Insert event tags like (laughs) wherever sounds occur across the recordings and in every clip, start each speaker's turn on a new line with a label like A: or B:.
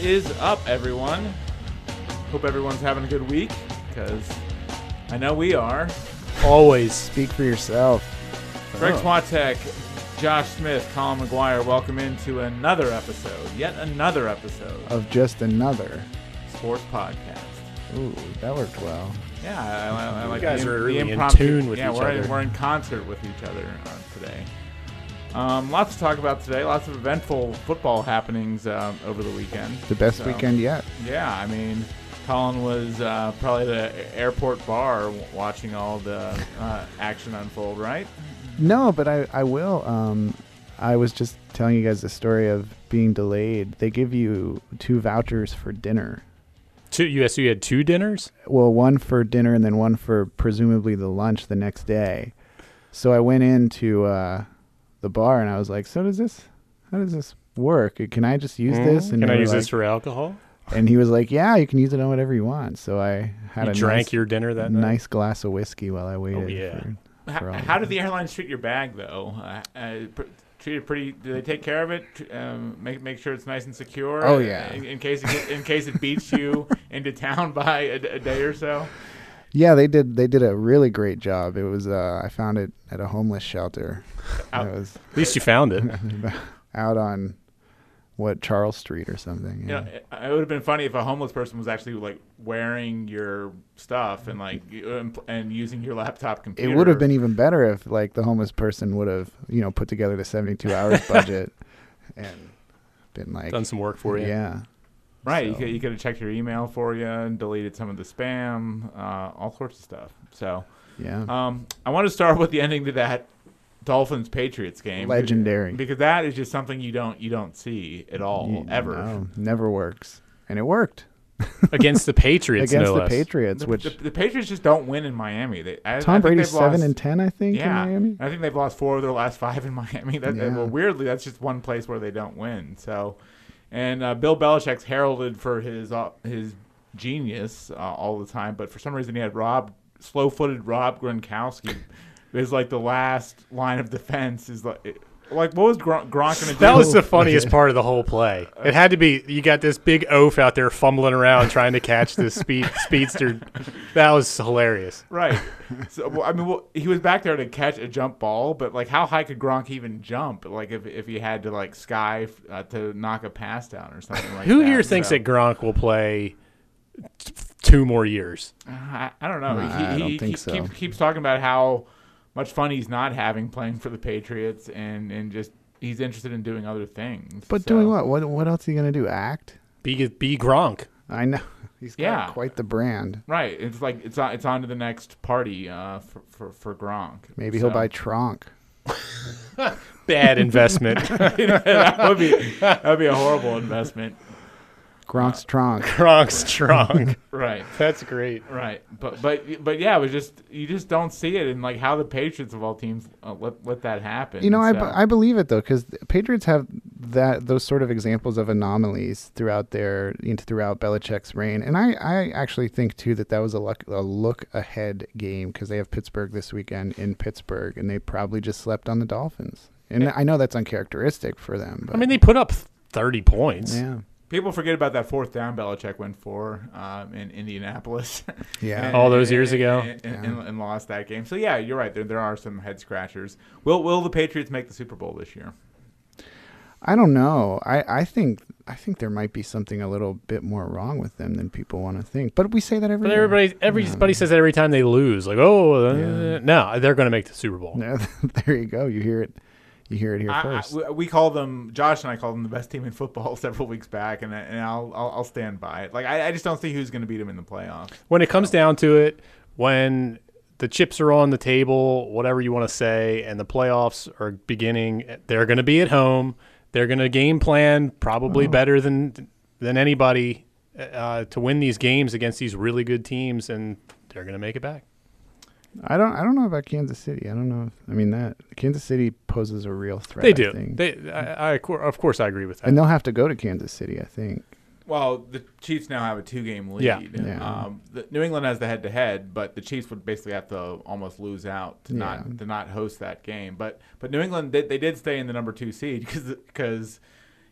A: is up, everyone? Hope everyone's having a good week, because I know we are.
B: Always speak for yourself.
A: Greg
B: Oh.
A: Swatek, Josh Smith, Colin McGuire, welcome into another episode, yet another episode of
B: Of just another.
A: Sports Podcast.
B: Ooh, that worked well.
A: Yeah, I, I, I like
C: guys
A: the,
C: are
A: the
C: really in
A: impromptu-
C: tune with
A: yeah,
C: each
A: we're
C: other.
A: In, we're in concert with each other on today. Um, lots to talk about today. Lots of eventful football happenings um, over the weekend.
B: The best
A: So,
B: weekend yet.
A: Yeah, I mean, Colin was uh, probably at the airport bar w- watching all the uh, action unfold, right?
B: No, but I, I will. Um, I was just telling you guys the story of being delayed. They give you two vouchers for dinner.
C: Two US you had two dinners?
B: Well, one for dinner and then one for presumably the lunch the next day. So I went into uh, the bar and I was like, "So does this? How does this work? Can I just use this?" And
C: Hmm? Can I
B: they were
C: use
B: like,
C: this for alcohol?
B: And he was like, "Yeah, you can use it on whatever you want." So I had
C: You
B: a
C: drank
B: nice,
C: your dinner that night? Oh,
B: nice glass of whiskey while I waited.
C: yeah.
B: for-
A: How,
B: For all
A: how
B: of
A: did the airlines treat your bag though? Uh, uh, pr- treat it pretty. Do they take care of it? Tr- Um, make make sure it's nice and secure.
B: Oh, yeah.
A: In, in case it get, in case it beats
B: (laughs)
A: you into town by a, d- a day or so.
B: yeah, they did. They did a really great job. It was. Uh, I found it at a homeless shelter.
A: Out-
B: It was
C: At least you found
B: (laughs)
C: it.
B: out on what Charles Street or something.
A: You know, it, it would have been funny if a homeless person was actually like wearing your stuff and like you- and, pl- and using your laptop
B: it
A: computer.
B: would have been even better if like the homeless person would have you know put together the seventy two hours
A: (laughs)
B: budget and been like,
C: Done some work for you.
B: yeah,
A: right. You,
B: so.
A: could, you could have checked your email for you and deleted some of the spam, uh, all sorts of stuff. So
B: yeah,
A: um, I want to start with the ending to that Dolphins Patriots game.
B: legendary.
A: because that is just something you don't you don't see at all
B: You
A: ever.
B: know, never works, and it worked
C: (laughs) Against the Patriots,
B: against
C: no
B: the
C: less.
B: Patriots,
A: The,
B: which.
A: the, the Patriots just don't win in Miami. They, I, I
B: Tom
A: think
B: Brady's
A: they've lost-
B: seven and ten, I think,
A: yeah,
B: in Miami.
A: I think they've lost four of their last (laughs) five in Miami. That,
B: Yeah.
A: Well, weirdly, that's just one place where they don't win. So, and uh, Bill Belichick's heralded for his uh, his genius uh, all the time, but for some reason he had Rob slow-footed Rob Gronkowski (laughs) is like the last line of defense. Is like it- like what was Gron- Gronk going to do?
C: That was the
B: (laughs)
C: funniest part of the whole play. It had to be you got this big oaf out there fumbling around trying to catch
B: (laughs)
C: this speed speedster. That was hilarious.
A: Right. So well, I mean, well, he was back there to catch a jump ball, but like, how high could Gronk even jump? Like, if, if he had to like sky uh, to knock a pass down or something like
C: Who
A: that.
C: here thinks
A: so,
C: that Gronk will play t- two more years?
A: I, I don't know.
B: Nah,
A: he
B: I
A: he
B: don't think
A: keep-
B: so.
A: keeps, keeps talking about how much fun he's not having playing for the Patriots, and and just he's interested in doing other things.
B: But
A: So-
B: doing what? What what else are you gonna do? Act?
C: Be be Gronk.
B: I know (laughs) he's got
A: Yeah.
B: quite the brand.
A: Right. It's like it's on, it's on to the next party uh, for, for for Gronk.
B: Maybe
A: So- (laughs)
B: he'll buy Tronk.
C: Bad investment.
B: (laughs)
A: that would be that would be a horrible investment.
B: Gronk's
C: Uh, (laughs)
B: Tronk.
C: Gronk strong.
A: Right.
C: That's great.
A: Right, but but but yeah, it was just you just don't see it in like how the Patriots of all teams uh, let let that happen.
B: You know, I,
A: so-
B: b- I believe it though, because Patriots have that those sort of examples of anomalies throughout their into throughout Belichick's reign, and I, I actually think too that that was a look a look ahead game because they have Pittsburgh this weekend in Pittsburgh, and they probably just slept on the Dolphins. And I know that's uncharacteristic for them, but
C: I mean, they put up 30 points.
B: yeah,
A: people forget about that fourth down Belichick went for um, in Indianapolis.
B: yeah.
C: All those years ago?
A: and, and- and- and lost that game. So yeah, you're right. There there are some head scratchers. Will will the Patriots make the Super Bowl this year?
B: I don't know. I, I think I think there might be something a little bit more wrong with them than people want to think. But we say that every
C: But
B: year.
C: everybody, everybody says that every time they lose, like, oh, uh,
B: Yeah.
C: no, they're going to make the Super Bowl.
B: No, (laughs) there you go. You hear it. You hear it here
A: I- I-
B: first.
A: we- we call them Josh and I called them the best team in football (laughs) several weeks back, and I- and I'll I'll, I'll stand by it. Like I, I just don't see who's going to beat them in the playoffs.
C: When it comes down to it, when the chips are on the table, whatever you want to say, and the playoffs are beginning, they're going to be at home. They're going to game plan probably
B: Oh.
C: better than than anybody uh, to win these games against these really good teams, and they're going to make it back.
B: I don't. I don't know about Kansas City. I don't know. If, I mean that Kansas City poses a real threat.
C: They
B: I
C: do.
B: think.
C: They, I, I, of course, I agree with that.
B: and they'll have to go to Kansas City. I think.
A: Well, the Chiefs now have a two-game lead.
C: Yeah.
B: Yeah.
A: Um, the, New England has the head-to-head, but the Chiefs would basically have to almost lose out to (laughs)
B: Yeah.
A: not to not host that game. But but New England they, they did stay in the number two seed because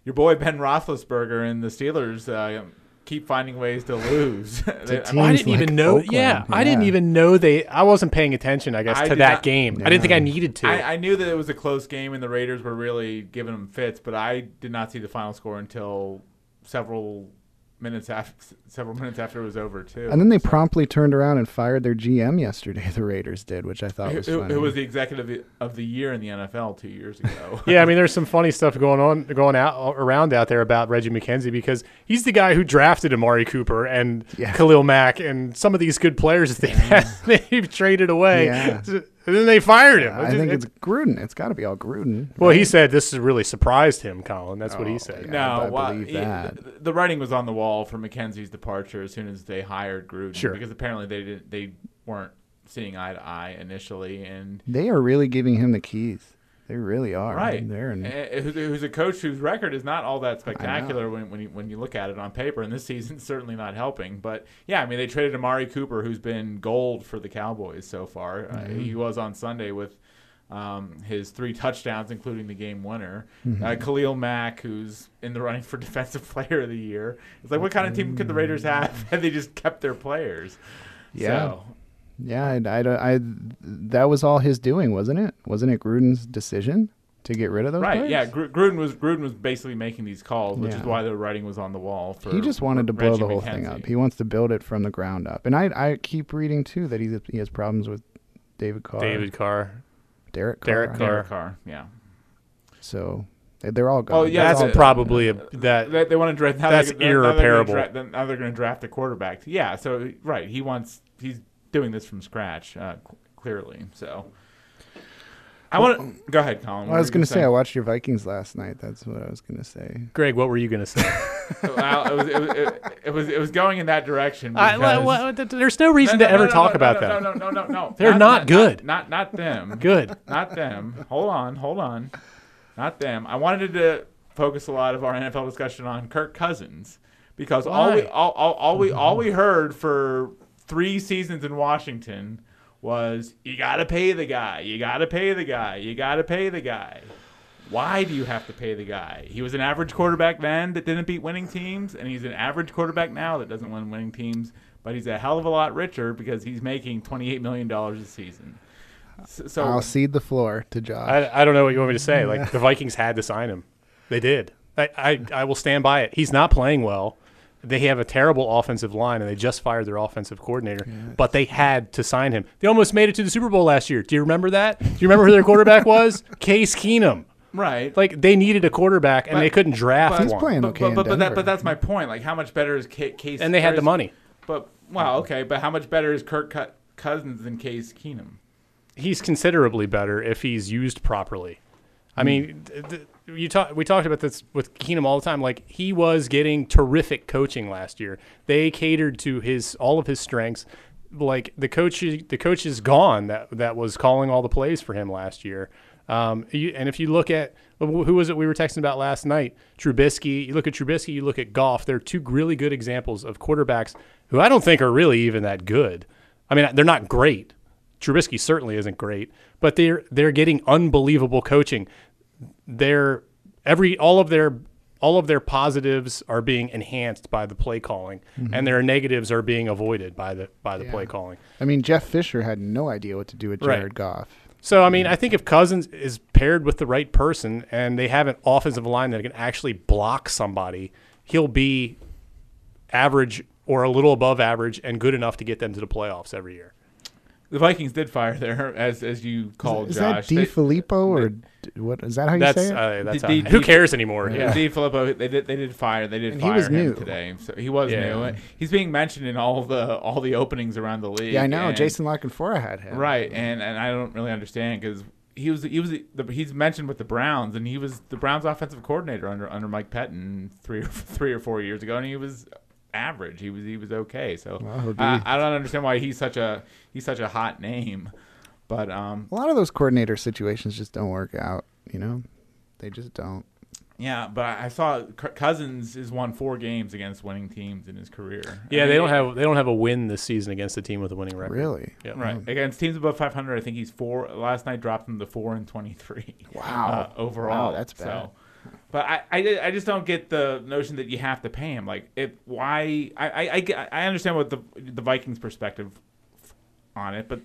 A: your boy Ben Roethlisberger and the Steelers uh, keep finding ways to
B: (laughs)
A: lose. (laughs) They- I mean,
C: I
B: Teams
C: didn't
B: like
C: even know.
B: Oakland,
C: Yeah, I didn't
B: yeah.
C: even know they. I wasn't paying attention. I guess
A: I
C: to
A: did
C: that
A: not-
C: game. I didn't think I
B: Yeah.
C: needed to.
A: I, I knew that it was a close game and the Raiders were really giving them fits, but I did not see the final score until several minutes after several minutes after it was over too.
B: And then they promptly turned around and fired their GM yesterday. (laughs) The Raiders did, which I thought was
A: who,
B: funny.
A: who was the executive of the year in the NFL two years
B: (laughs)
A: ago? (laughs)
C: yeah, I mean, there's some funny stuff going on, going out around out there about Reggie McKenzie because he's the guy who drafted Amari Cooper and
B: Yeah.
C: Khalil Mack and some of these good players that they've had, (laughs) they've traded away.
B: Yeah.
C: And then they fired him.
B: I think it's Gruden. It's got to be all Gruden.
C: well, he said this is really surprised him, Colin. That's what he
B: Oh,
C: said.
B: yeah.
A: No,
B: I
A: well,
B: believe
A: yeah,
B: that.
A: th- the writing was on the wall for McKenzie's departure as soon as they hired Gruden,
C: Sure.
A: because apparently they didn't, they weren't seeing eye to eye initially, and
B: They are really giving him the keys. They really are.
A: right,
B: They're in,
A: Eh, who's, who's a coach whose record is not all that spectacular when when you, when you look at it on paper, and this season's (laughs) certainly not helping. But yeah, I mean they traded Amari Cooper, who's been gold for the Cowboys so far.
B: Mm-hmm.
A: Uh, he was on Sunday with. Um, his three touchdowns, including the game winner.
B: Mm-hmm.
A: Uh, Khalil Mack, who's in the running for (laughs) Defensive Player of the Year. It's like, what kind of team could the Raiders have? (laughs) And they just kept their players.
B: Mm-hmm. Yeah.
A: So,
B: yeah, I, I, don't- I- that was all his doing, wasn't it? Wasn't it Gruden's decision to get rid of those
A: right.
B: players?
A: Yeah. Gr- Gruden was Gruden was basically making these calls, which is
B: Yeah.
A: why the writing was on the wall. For
B: he just wanted to
A: for
B: blow
A: Reggie
B: the whole thing
A: McKenzie.
B: up. He wants to build it from the ground up. And I, I keep reading too that he's, he has problems with David Carr,
C: David Carr.
B: Derek Carr.
C: Derek Carr.
A: Derek Carr. Yeah.
B: So they- they're all gone.
A: Oh, yeah,
B: That's
C: That's
A: that-
C: probably a, that.
A: They, they want to draft. now
C: That's
A: they, now they're gonna
C: irreparable.
A: dra- then now they're going to draft a quarterback. Yeah. So right, he wants. He's doing this from scratch, uh, c- clearly. So. I want to go ahead, Colin.
B: Well, I was going to say, I watched your Vikings last night. That's what I was going to say.
C: Greg, what were you going
A: (laughs)
C: to say?
A: well, it was it was, it, it was it was going in that direction.
C: I,
A: because-
C: well, well, th- th- there's no reason
A: No, no,
C: to ever
A: no, no,
C: talk
A: no,
C: about
A: no,
C: them.
A: No, no, no, no, no.
C: They're not good.
A: Not not them.
C: Good.
A: Not them. Hold on, hold on. Not them. I wanted to focus a lot of our NFL discussion on Kirk Cousins because all we
C: Why?
A: all, all, all we all we heard for three seasons in Washington was you got to pay the guy. You got to pay the guy. You got to pay the guy. Why do you have to pay the guy? He was an average quarterback then that didn't beat winning teams, and he's an average quarterback now that doesn't win winning teams. But he's a hell of a lot richer because he's making twenty-eight million dollars a season. S- So
B: I'll cede the floor to Josh.
C: I, I don't know what you want me to say. Like the Vikings had to sign him. They did. I, I, I will stand by it. He's not playing well. They have a terrible offensive line and they just fired their offensive coordinator, but they had to sign him. They almost made it to the Super Bowl last year. Do you remember that? Do you remember who their quarterback was? Case Keenum.
A: right,
C: Like they needed a quarterback and they
A: But-
C: couldn't draft
A: but-
B: He's
C: one.
B: playing
A: but,
B: okay
A: but,
B: in
A: but, but that
B: Denver.
A: but that's my point. Like, how much better is Ca- Case?
C: And they had the
A: there's-
C: money. Uh-huh.
A: But wow, okay. But how much better is Kirk Cou- Cousins than Case Keenum?
C: he's considerably better if he's used properly. I mean, th- th- you talk, we talked about this with Keenum all the time. Like he was getting terrific coaching last year. They catered to his all of his strengths. Like the coach, the coach is gone. That that was calling all the plays for him last year. Um, you, and if you look at who was it we were texting about last night, Trubisky. You look at Trubisky. You look at Goff. They're two really good examples of quarterbacks who I don't think are really even that good. I mean, they're not great, Trubisky certainly isn't great, but they're they're getting unbelievable coaching. Their every all of their all of their positives are being enhanced by the play calling, and their negatives are being avoided by the by the play calling.
B: I mean, Jeff Fisher had no idea what to do with
C: Right.
B: Jared Goff.
C: So I mean, I think if Cousins is paired with the right person and they have an offensive line that can actually block somebody, he'll be average or a little above average and good enough to get them to the playoffs every year.
A: The Vikings did fire there, as as you called
B: Is
A: Josh.
B: that Di
A: They-
B: Filippo or d- what? Is that how you
C: That's
B: say it?
C: uh, that's
A: Did they-
C: how- who cares anymore.
A: Yeah. Dave Filippo, they did they did fire they did
B: And he
A: fire
B: was
A: him
B: new.
A: today. So he was
C: Yeah.
A: new. He's being mentioned in all the all the openings around the league.
B: yeah, I know.
A: and-
B: Jason Lock and Fora had him.
A: E Right, and and I don't really understand because he was he was the, he's mentioned with the Browns and he was the Browns offensive coordinator under under Mike Pettin three (laughs) or three or four years ago and he was average. He was he was okay. So
B: Wow, he'll be-
A: I, I don't understand why he's such a he's such a hot name. But um,
B: A lot of those coordinator situations just don't work out. You know, they just don't.
A: yeah, but I I saw C- Cousins has won four games against winning teams in his career. I
C: Yeah,
A: mean,
C: they don't have they don't have a win this season against a team with a winning record.
B: Really?
C: Yeah.
A: Right. Against teams above 500, I think he's four. Last night dropped him to four and 23.
B: Wow.
A: Uh, overall.
B: Wow, that's bad.
A: So, But I, I, di- I just don't get the notion that you have to pay him. Like, if why I, I, I get- I understand what the the Vikings' perspective on it, but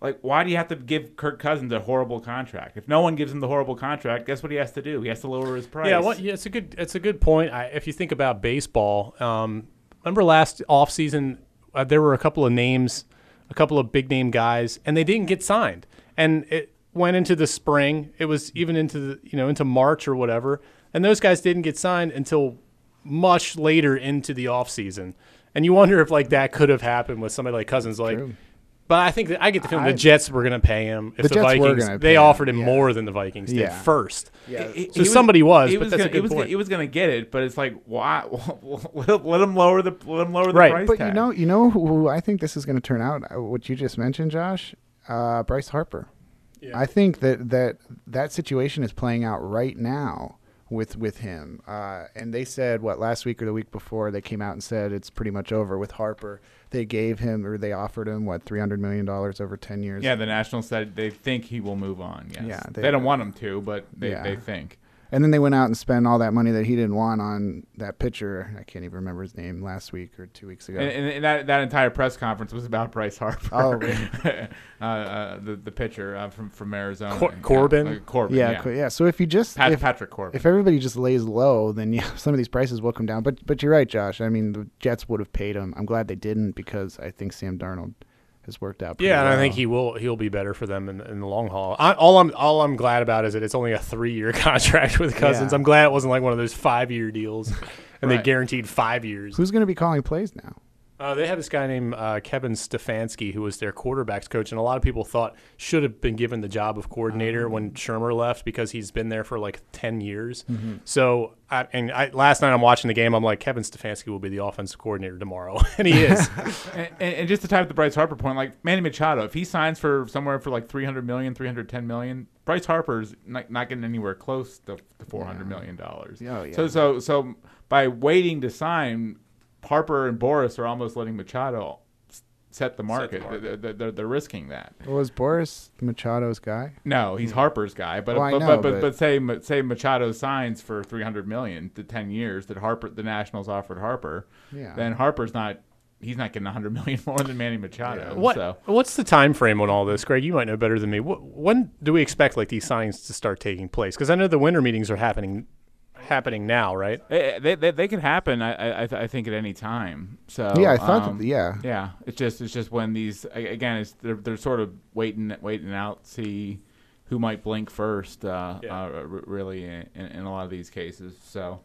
A: like, why do you have to give Kirk Cousins a horrible contract? If no one gives him the horrible contract, guess what he has to do? He has to lower his price.
C: Yeah, what, yeah, it's a good it's a good point. I, if you think about baseball, um, remember last offseason uh, there were a couple of names, a couple of big name guys, and they didn't get signed. And it went into the spring. It was even into the you know into March or whatever, and those guys didn't get signed until much later into the offseason. And you wonder if like that could have happened with somebody like Cousins, like.
B: True.
C: But I think that, I get the feeling
B: I-
C: the Jets were going to pay him. If
B: The
C: the,
B: Jets were
C: Vikings,
B: gonna pay
C: they
B: him,
C: offered him
B: yeah.
C: more than the Vikings did
B: Yeah.
C: first.
B: Yeah.
A: He-
C: So somebody was,
A: he
C: but that's a
A: gonna, he
C: good
A: was,
C: point.
A: He was going to get it, but it's like, why? (laughs) Let, let him lower the let him lower the
C: Right.
A: price
B: But
A: tag.
B: you know, you know who I think this is going to turn out. uh, What you just mentioned, Josh, uh, Bryce Harper. I think that that that situation is playing out right now with with him. Uh, and they said what last week or the week before they came out and said it's pretty much over with Harper. They gave him or they offered him what three hundred million dollars over ten years.
A: Yeah, the Nationals said they think he will move on. Yes.
B: Yeah,
A: they,
B: they-
A: don't want him to, but they,
B: Yeah.
A: they think.
B: And then they went out and spent all that money that he didn't want on that pitcher. I can't even remember his name last week or two weeks ago.
A: And, and, and that, that entire press conference was about Bryce Harper.
B: Oh,
A: (laughs) uh, uh, the the pitcher uh, from from Arizona,
C: Cor-
A: Yeah,
C: Corbin?
A: like Corbin,
B: yeah,
A: yeah,
B: yeah. yeah. So if you just
A: Pat,
B: if,
A: Patrick Corbin.
B: if everybody just lays low, then yeah, (laughs) some of these prices will come down. But but you're right, Josh. I mean, the Jets would have paid him. I'm glad they didn't because I think Sam Darnold has worked out. pretty
C: Yeah, and I
B: well.
C: think he will. He'll be better for them in, in the long haul. I, all I'm all I'm glad about is that it's only a three year (laughs) contract with Cousins.
B: Yeah.
C: I'm glad it wasn't like one of those five year deals, and they
A: Right.
C: guaranteed five years.
B: Who's going to be calling plays now?
C: Uh, they have this guy named uh, Kevin Stefanski who was their quarterbacks coach, and a lot of people thought should have been given the job of coordinator when Shermer left because he's been there for like ten years. So, I, and I, last night I'm watching the game. I'm like, Kevin Stefanski will be the offensive coordinator tomorrow, (laughs) and he is.
A: and, and, and just to tie up the Bryce Harper point, like Manny Machado, if he signs for somewhere for like 300 million, 310 million, Bryce Harper's not, not getting anywhere close to, to 400 million dollars.
B: Oh, yeah.
A: So so so by waiting to sign, Harper and Boris are almost letting Machado s- set the market.
C: market.
A: They're, they're, they're, they're risking that.
B: Well, was Boris Machado's guy?
A: No, he's Harper's guy, but
B: Hmm. Well, I
A: but,
B: know,
A: but, but
B: but-
A: but say Ma- say Machado signs for 300 million to 10 years that Harper the Nationals offered Harper.
B: Yeah.
A: Then Harper's not he's not getting 100 million (laughs) more than Manny Machado.
C: What
A: So.
C: What's the time frame on all this, Greg? You might know better than me. Wh- when do we expect like these signings to start taking place? Because I know the winter meetings are happening happening now, right?
A: Eh, They, they, they can happen. I, I, I th- I think at any time. So
B: yeah, I thought
A: um,
B: that. Yeah,
A: yeah. It's just it's just when these a- again it's they're they're sort of waiting waiting out see who might blink first. Uh,
C: Yeah.
A: uh, r- really in, in, in a lot of these cases. So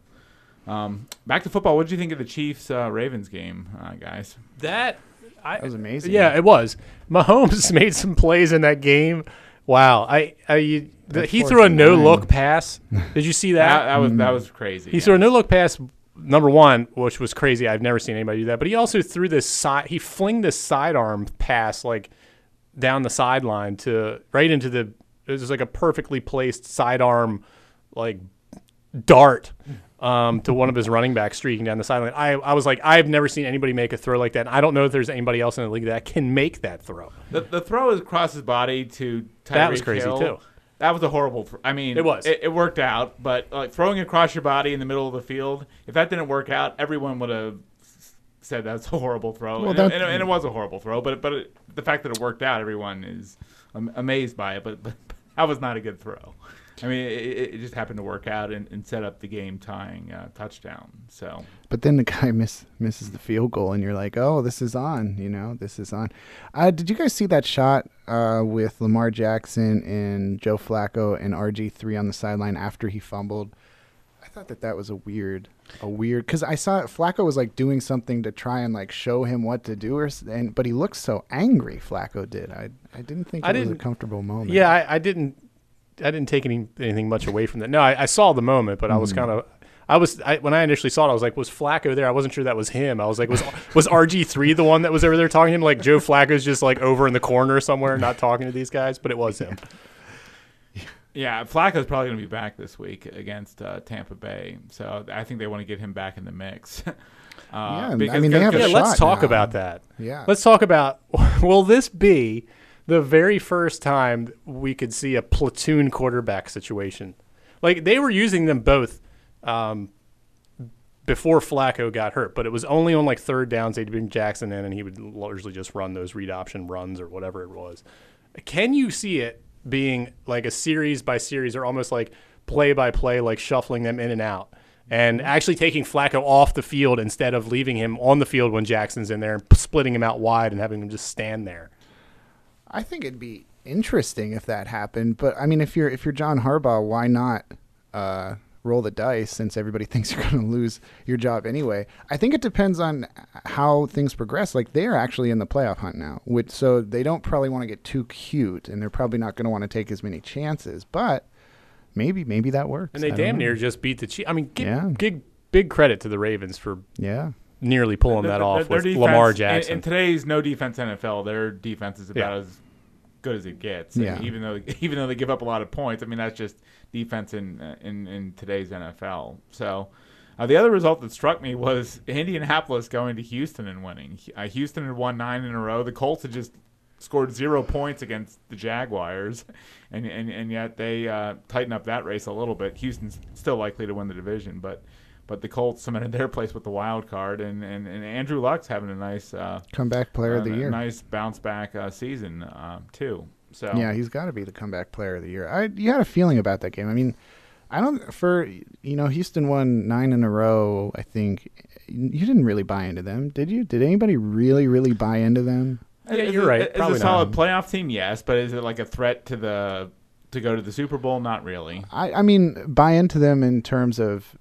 A: um, back to football. What did you think of the Chiefs uh, Ravens game, uh, guys?
C: That I,
B: that was amazing.
C: Yeah, it was. Mahomes (laughs) made some plays in that game. Wow, I, I you, the, he threw a
B: fourth and
C: no
B: nine.
C: look pass. Did you (laughs) see
A: That,
C: that?
A: that was that was crazy.
C: He
A: yeah.
C: threw a no look pass. Number one, which was crazy. I've never seen anybody do that. But he also threw this side. He fling this sidearm pass like down the sideline to right into the. It was like a perfectly placed sidearm, like dart um, to one of his running backs streaking down the sideline. I, I was like, I've never seen anybody make a throw like that. And I don't know if there's anybody else in the league that can make that throw.
A: The, the throw is across his body to Tyreek
C: That was crazy,
A: Hill.
C: too.
A: That was a horrible. Th- I mean,
C: It was.
A: It, it worked out, but like throwing across your body in the middle of the field, if that didn't work out, everyone would have s- said that's a horrible throw.
B: Well,
A: and, it-
B: that-
A: and, it- and it was a horrible throw, but but it, the fact that it worked out, everyone is am- amazed by it. But, (laughs) but that was not a good throw. I mean, it, it it just happened to work out and, and set up the game tying uh, touchdown. So
B: But then the guy (laughs) miss, misses the field goal, and you're like, "Oh, this is on." You know, this is on. Uh, did you guys see that shot uh, with Lamar Jackson and Joe Flacco and RG three on the sideline after he fumbled? I thought that that was a weird, a weird because I saw Flacco was like doing something to try and like show him what to do, or s- and but he looked so angry. Flacco did. I I didn't think
C: I
B: it was a
C: didn't-
B: comfortable moment.
C: Yeah, I, I didn't. I didn't take any anything much away from that. No, I, I saw the moment, but I was kind of. I was I, when I initially saw it. I was like, was Flacco there? I wasn't sure that was him. I was like, was (laughs) was RG three the one that was over there talking to him? Like Joe Flacco's just like over in the corner somewhere, not talking to these guys, but it was him.
A: Yeah, Flacco's probably going to be back this week against uh, Tampa Bay, so I think they want to get him back in the mix. (laughs) Uh,
B: I mean, they have a
C: Yeah,
B: shot
C: let's talk
B: now.
C: about that.
B: Yeah.
C: let's talk about. (laughs) Will this be the very first time we could see a platoon quarterback situation? Like they were using them both um, before Flacco got hurt, but it was only on like third downs they'd bring Jackson in, and he would largely just run those read option runs or whatever it was. Can you see it being like a series by series or almost like play by play, like shuffling them in and out? And actually taking Flacco off the field instead of leaving him on the field when Jackson's in there and p- splitting him out wide and having him just stand there.
B: I think it'd be interesting if that happened, but I mean, if you're if you're John Harbaugh, why not uh, roll the dice since everybody (laughs) thinks you're going to lose your job anyway? I think it depends on how things progress. Like they are actually in the playoff hunt now, which so they don't probably want to get too cute, and they're probably not going to want to take as many chances. But maybe maybe that works.
C: And
B: I
C: they
B: don't
C: damn
B: know.
C: near just beat the Chiefs. I mean, give,
B: Yeah.
C: give big credit to the Ravens for
B: yeah.
C: nearly pulling
A: Their-
C: that
A: their-
C: off
A: their
C: with
A: defense-
C: Lamar
A: in-
C: Jackson.
A: In, today's no defense NFL, their defense is about
C: Yeah.
A: as good as it gets. I mean,
B: Yeah.
A: even though (laughs) even though they give up a lot of points, I mean that's just defense in uh, in, in today's NFL. So. Uh, the other result that struck me was (laughs) Indianapolis going to Houston and winning. Uh, Houston had won nine in a row. The Colts had just scored zero points against the Jaguars, and and, and yet they uh, tighten up that race a little bit. Houston's still likely to win the division, but but the Colts cemented their place with the wild card, and and, and Andrew Luck's having a nice uh,
B: Comeback player of
A: a-
B: the
A: a
B: year.
A: nice bounce back uh, season um, too. So
B: Yeah, he's got to be the comeback player of the year. I you had a feeling about that game. I mean, I don't for you know Houston won nine in a row. I think you didn't really buy into them, did you? Did anybody really really buy into them?
C: Yeah,
A: Is
C: you're
A: it-
C: right.
A: Is it
C: Probably
A: a solid playoff team, yes, but is it like a threat to the to go to the Super Bowl? Not really.
B: I I mean buy into them in terms of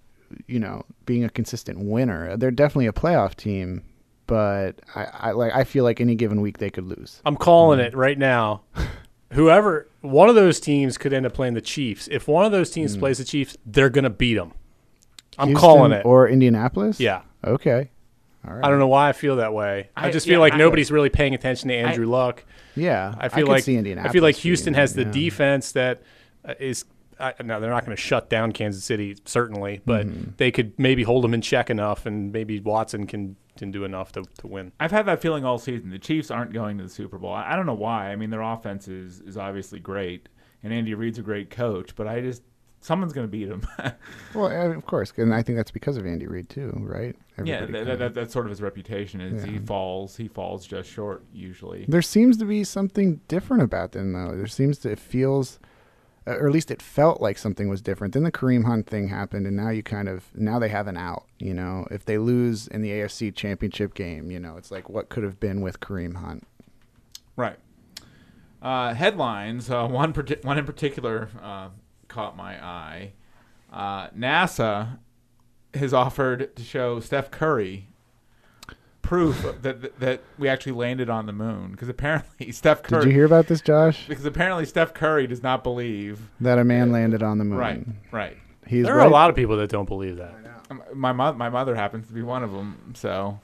B: you know being a consistent winner. They're definitely a playoff team, but I, I like I feel like any given week they could lose.
C: I'm calling
B: Mm-hmm.
C: it right now. Whoever one of those teams could end up playing the Chiefs. If one of those teams plays the Chiefs, they're gonna beat them. I'm
B: Mm. Houston
C: calling it.
B: or Indianapolis.
C: yeah.
B: Okay. All right.
C: I don't know why I feel that way. I,
A: I-
C: just feel
A: yeah,
C: like
A: I-
C: nobody's really paying attention to Andrew Luck.
B: Yeah,
C: I feel
B: could
C: like
B: see Indianapolis
C: I feel like
B: beating
C: Houston
B: them,
C: has the
B: yeah.
C: defense that uh, is. I, no, they're not going to shut down Kansas City certainly, but
B: Mm-hmm.
C: they could maybe hold them in check enough, and maybe Watson can can do enough to, to win.
A: I've had that feeling all season. The Chiefs aren't going to the Super Bowl. I, I don't know why. I mean, their offense is is obviously great, and Andy Reid's a great coach, but I just someone's going to beat him. (laughs)
B: Well, uh, of course, and I think that's because of Andy Reid too, right?
A: yeah,
B: Everybody
A: that,
B: kinda-
A: that, that, that's sort of his reputation. Is he falls, he falls just short usually.
B: there seems to be something different about them, though. There seems to it feels, uh, or at least it felt like something was different. Then the Kareem Hunt thing happened, and now you kind of now they have an out. You know, if they lose in the AFC Championship game, you know, it's like what could have been with Kareem Hunt.
A: Right. Uh, headlines. Uh, one, parti- one in particular uh, caught my eye. Uh, NASA has offered to show Steph Curry proof that, that that we actually landed on the moon because apparently (laughs) Steph
B: Did
A: Curry.
B: you hear about this, Josh?
A: Because apparently Steph Curry does not believe.
B: That a man landed on the moon.
A: Right. Right.
B: He's
C: there are
B: right.
C: a lot of people that don't believe that.
A: Um, My mo- my mother happens to be one of them. So.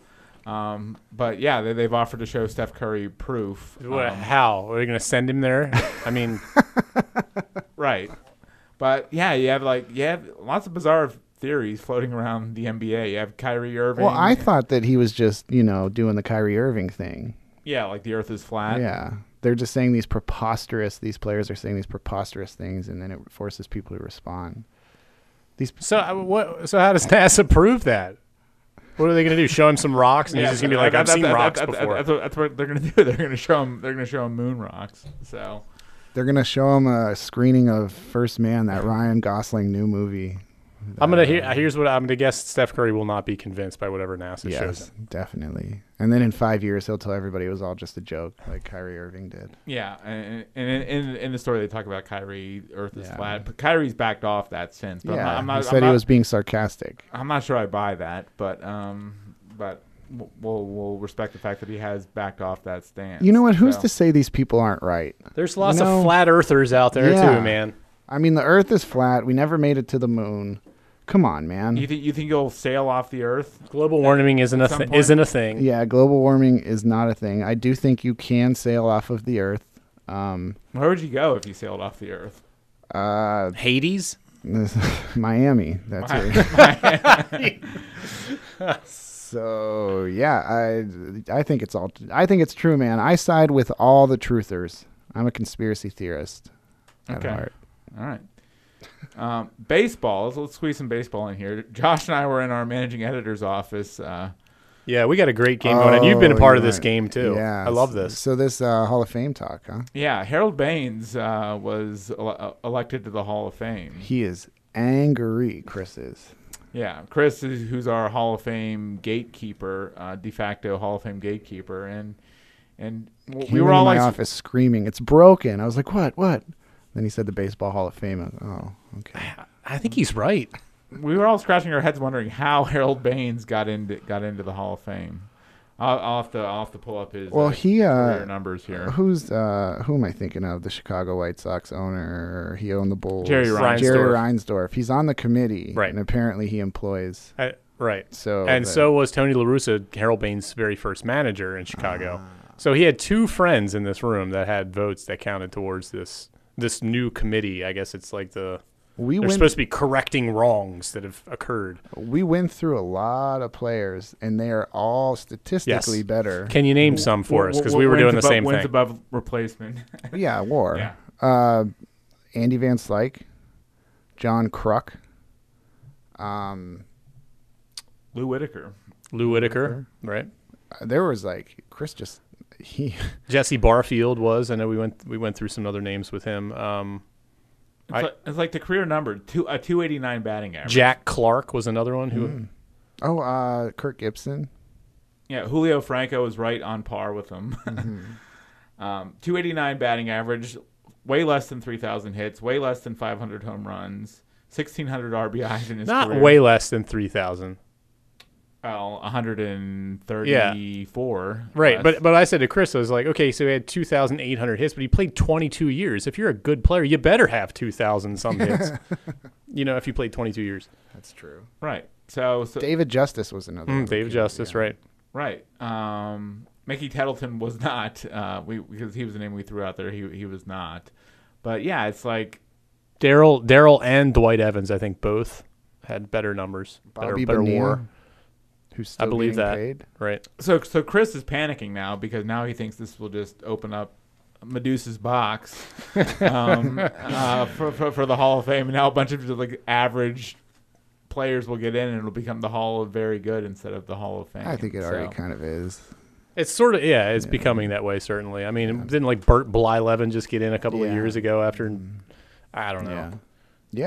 A: Um, but yeah, they, they've offered to show Steph Curry proof.
C: What-
A: um,
C: How are they going to send him
B: (laughs)
C: there? I mean,
A: Right. But yeah, you have like you have lots of bizarre theories floating around the NBA. You have Kyrie Irving.
B: Well, I thought that he was just you know doing the Kyrie Irving thing.
A: yeah, like the Earth is flat.
B: yeah. They're just saying these preposterous, these players are saying these preposterous things, and then it forces people to respond. These,
C: so I- what? So how does (laughs) NASA prove that? What are they going to do? Show him some rocks, and
A: Yeah,
C: he's just going to be like,
A: that-
C: "I've
A: that-
C: seen
A: that-
C: rocks
A: that- that-
C: before."
A: That's what, that's what they're gonna do. (laughs) They're gonna show them. They're gonna show 'em moon rocks. So
B: they're going to show him a screening of First Man, that Ryan Gosling new movie.
C: I'm going to hear. Here's what I'm going to guess: Steph Curry will not be convinced by whatever NASA shows
B: yes,
C: him.
B: definitely. And then in five years, he'll tell everybody it was all just a joke, like Kyrie Irving did.
A: yeah, and, and in, in in the story they talk about Kyrie Earth is
B: Yeah.
A: flat, but Kyrie's backed off that since. But
B: yeah,
A: I'm not, I'm not,
B: he
A: I'm
B: said
A: not-
B: he was being sarcastic.
A: I'm not sure I buy that, but um, but w- we'll we'll respect the fact that he has backed off that stance.
B: You know what? Who's
A: So-
B: to say these people aren't right?
C: There's lots
B: No.
C: of flat earthers out there
B: Yeah.
C: too, man.
B: I mean, the Earth is flat. We never made it to the moon. Come on, man.
A: You think you think you'll sail off the Earth?
C: Global warming isn't a
A: some
C: th-
A: point-
C: isn't a thing.
B: Yeah, global warming is not a thing. I do think you can sail off of the Earth. Um,
A: Where would you go if you sailed off the earth?
B: uh, (laughs)
C: Hades.
B: Miami. That's it. (laughs) so yeah, I I think it's all. I think it's true, man. I side with all the truthers. I'm a conspiracy theorist at
A: Okay.
B: heart.
A: All right. Um, baseballs. Let's squeeze some baseball in here. Josh and I were in our managing editor's office. Uh,
C: Yeah, we got a great game going, and you've been a
B: Oh,
C: part of
B: you're
C: this
B: right.
C: game too.
B: Yeah,
C: I love this.
B: So this uh, Hall of Fame talk, huh?
A: yeah, Harold Baines uh, was ele- elected to the Hall of Fame.
B: He is angry. Chris is.
A: Yeah, Chris, is, who's our Hall of Fame gatekeeper, uh, de facto Hall of Fame gatekeeper, and and w-
B: Came
A: we were
B: into
A: all
B: my
A: like,
B: office screaming, "It's broken!" I was like, "What? What?" Then he said the Baseball Hall of Fame. I was, oh, okay.
C: I think he's right.
A: we were all scratching our heads wondering how Harold Baines got into got into the Hall of Fame. I'll, I'll have to I'll have to pull up his
B: Well,
A: uh,
B: he, uh,
A: career numbers here.
B: Who's uh, who am I thinking of? The Chicago White Sox owner. He owned the Bulls.
A: Jerry Reinsdorf.
B: Jerry Reinsdorf. He's on the committee,
C: Right.
B: And apparently he employs.
C: I, right.
B: So
C: and
B: the-
C: so was Tony La Russa, Harold Baines' very first manager in Chicago. so he had two friends in this room that had votes that counted towards this this new committee. I guess it's like the
B: we
C: they're
B: went
C: supposed to be correcting wrongs that have occurred.
B: we went through a lot of players, and they are all statistically better.
C: Can you name some for us? Because we were
A: Wins
C: doing the
A: above-
C: same
A: wins
C: thing.
A: above replacement. (laughs)
B: yeah, War.
A: Yeah.
B: Uh, Andy Van Slyke, John Kruk. Um,
A: Lou Whitaker.
C: Lou Whitaker, right?
B: there was like Chris just he (laughs)
C: Jesse Barfield was. I know we went we went through some other names with him. Um,
A: It's,
C: I-
A: like, it's like the career number two a two eighty nine batting average.
C: Jack Clark was another one who.
B: oh uh Kirk Gibson.
A: Yeah, Julio Franco was right on par with him. (laughs)
C: Mm-hmm.
A: um, 289 batting average, way less than 3,000 hits, way less than 500 home runs, 1,600 RBIs in his
C: Not
A: career.
C: way less than three thousand.
A: well, 134.
C: Right,
A: less.
C: but but I said to Chris, I was like, okay, so he had two thousand eight hundred hits, but he played twenty two years. If you're a good player, you better have two thousand
B: (laughs)
C: some hits. you know, if you played twenty two years,
B: That's true.
A: right. So, so
B: David Justice was another. one
C: mm,
B: that
C: Dave
B: came-
C: Justice,
B: yeah.
C: right?
A: right. Um, Mickey Tettleton was not uh, we because he was the name we threw out there. He he was not. But yeah, it's like
C: Daryl Daryl and Dwight Evans, I think both had better numbers,
B: Bobby
C: better, better
B: Bonilla,
C: WAR,
B: who's still
C: believe
B: getting
C: that.
B: paid.
C: right?
A: So so Chris is panicking now because now he thinks this will just open up Medusa's box
B: (laughs)
A: um, uh, for, for for the Hall of Fame, and now a bunch of like average players will get in, and it'll become the Hall of Very Good instead of the Hall of Fame.
B: I think it
A: So-
B: already kind of is.
C: It's sort of yeah, it's becoming that way. Certainly, I mean, didn't like Bert Blyleven just get in a couple of
B: Yeah. Mm.
C: years ago after? I don't know.
B: Yeah.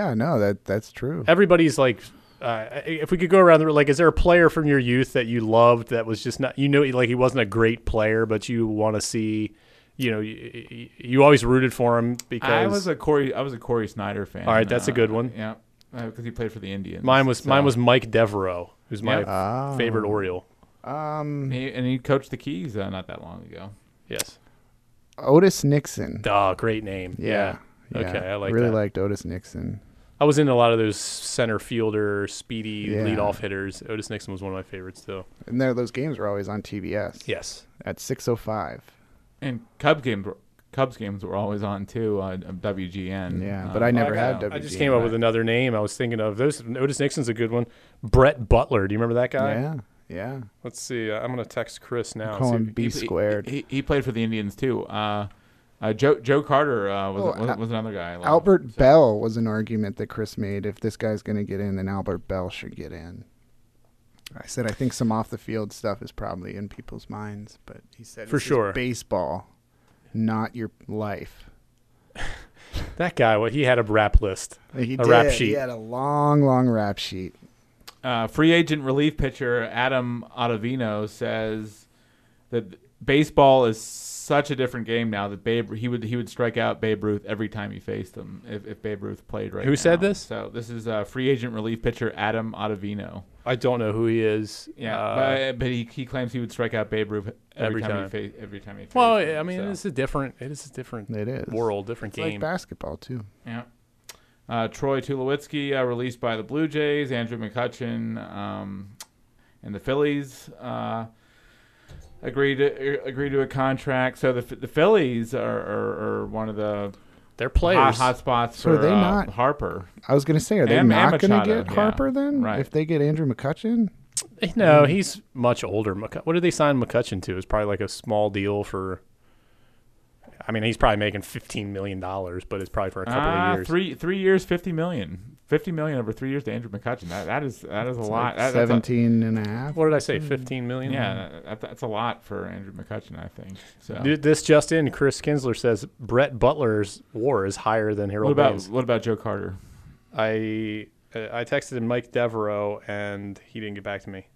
B: Yeah, no, that that's true.
C: everybody's like uh, if we could go around the like is there a player from your youth that you loved that was just not you know like he wasn't a great player but you want to see you know you, you always rooted for him because
A: I was a Corey. I was a Corey Snyder fan. uh,
C: All right, that's a good one.
A: Yeah, because he played for the Indians.
C: mine was
A: so-
C: mine was Mike Devereaux who's my
A: Yeah.
B: Ah.
C: favorite Oriole
B: Um,
A: And he, and he coached the Keys uh, not that long ago.
C: yes
B: Otis Nixon.
C: Duh, great name
B: Yeah. yeah.
C: okay I like
B: really
C: that
B: liked Otis Nixon.
C: I was into a lot of those center fielder speedy
B: Yeah.
C: leadoff hitters Otis Nixon was one of my favorites though
B: And there, those games were always on TBS
C: yes
B: at six oh five.
A: And Cubs games. were- Cubs games were always on too uh, on WGN.
B: Yeah, but I never
A: got
B: had
A: out.
B: W-
C: uh, I just
B: WGN,
C: came up
A: right.
C: with another name. I was thinking of those. Otis Nixon's a good one. Brett Butler. Do you remember that guy?
B: Yeah, yeah.
C: Let's see. uh, I'm gonna text Chris now.
B: Call
C: see
B: him
C: if-
B: B
A: He-
B: squared.
A: He, he, he played for the Indians too. Uh, uh, Joe Joe Carter uh, was,
B: Oh,
A: was,
B: Al-
A: was another guy. I loved.
B: Albert Bell was an argument that Chris made. If this guy's going to get in, then Albert Bell should get in. I said I think some off the field stuff is probably in people's minds, but he said
C: For
B: "This is
C: sure.
B: baseball, not your life.
C: that guy. What he had a rap list.
B: He
C: A rap
B: did. He
C: sheet.
B: had a long, long rap sheet.
A: Uh, free agent relief pitcher Adam Ottavino says that baseball is such a different game now that Babe he would he would strike out Babe Ruth every time he faced him if, if Babe Ruth played right.
C: Who said
A: now.
C: this?
A: So this is uh, free agent relief pitcher Adam Ottavino.
C: I don't know who he is.
A: Yeah,
C: Uh,
A: but, but he, he claims he would strike out Babe Ruth every,
C: every
A: time,
C: time.
A: he faced every time he faced.
C: well,
A: him,
C: I mean,
A: so.
C: it's a different. It is a different
B: It is
C: world, different
B: It's like
C: game.
B: basketball too.
A: Yeah. Uh, Troy Tulowitzki uh, released by the Blue Jays. Andrew McCutcheon um, and the Phillies uh, agreed to, er, agreed to a contract. So the the Phillies are, are, are one of the
C: They're
A: hot,
C: players.
A: hot spots
B: So are
A: for
B: they
A: uh,
B: not-
A: Harper.
B: I was going to say, are they
A: And- and
B: not going
A: Machado,
B: to get
A: yeah.
B: Harper then?
A: Right.
B: If they get Andrew McCutcheon,
C: No,
B: Mm-hmm.
C: he's much older. McCut- What did they sign McCutcheon to? It was probably like a small deal for. I mean, he's probably making fifteen million dollars, but it's probably for a couple
A: Ah,
C: of years.
A: three three years, fifty million. Fifty million over three years to Andrew McCutcheon. That that is that is a lot. That- that's a-
B: 17 and a half.
C: What did I say? Fifteen million.
A: Hmm. yeah, that, that's a lot for Andrew McCutcheon, I think. So
C: Th- This just in: Chris Kinsler says Brett Butler's WAR is higher than
A: what
C: Harold
A: about
C: Baines.
A: what about Joe Carter?
C: I uh, I texted him Mike Devereaux and he didn't get back to me.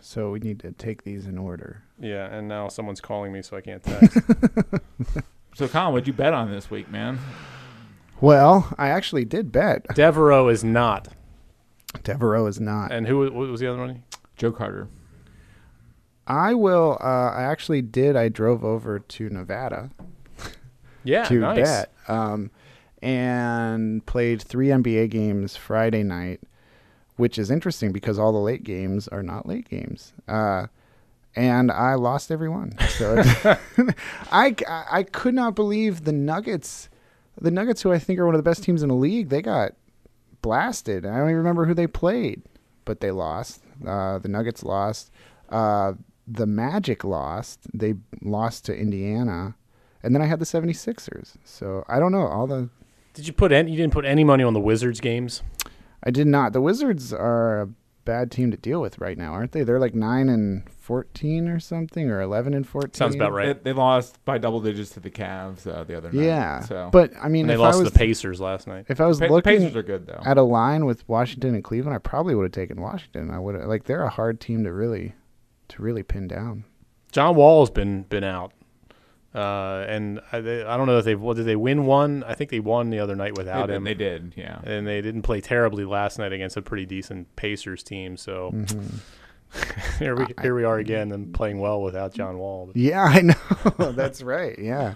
B: So we need to take these in order.
C: Yeah, and now someone's calling me, so I can't text.
B: (laughs)
A: So Colin, what'd you bet on this week, man?
B: Well, I actually did bet.
C: Devereaux is not.
B: Devereaux is not.
C: And who wa- what was the other one?
A: Joe Carter.
B: I will. Uh, I actually did. I drove over to Nevada
C: Yeah,
B: to
C: nice.
B: bet um, and played three NBA games Friday night, which is interesting because all the late games are not late games. Uh, and I lost every one. So it's- (laughs) I, I could not believe the Nuggets, the Nuggets, who I think are one of the best teams in the league, they got blasted. I don't even remember who they played, but they lost. Uh, the Nuggets lost. Uh, the Magic lost. They lost to Indiana. And then I had the 76ers. So I don't know. All the
C: Did you put any? You didn't put any money on the Wizards games.
B: I did not. The Wizards are a bad team to deal with right now, aren't they? They're like 9 and 14 or something or 11 and 14.
C: Sounds about right.
A: They, they lost by double digits to the Cavs uh, the other night.
B: Yeah.
A: So
B: But I mean
C: And they
B: if
C: lost
B: I
C: to
B: was
C: the Pacers last night.
B: if I was
A: Pa-
B: looking
A: Pacers are good though.
B: at a line with Washington and Cleveland, I probably would have taken Washington. I would have like they're a hard team to really to really pin down.
C: John Wall's been been out, uh, and I, they, I don't know if they well, did they win one. I think they won the other night
A: They,
C: without
A: did-
C: him,
A: they did, yeah.
C: and they didn't play terribly last night against a pretty decent Pacers team. So
B: Mm.
C: (laughs)
B: Mm-hmm.
C: here we here we are again and playing well without John Wall.
B: Yeah, I know. (laughs) That's right. Yeah.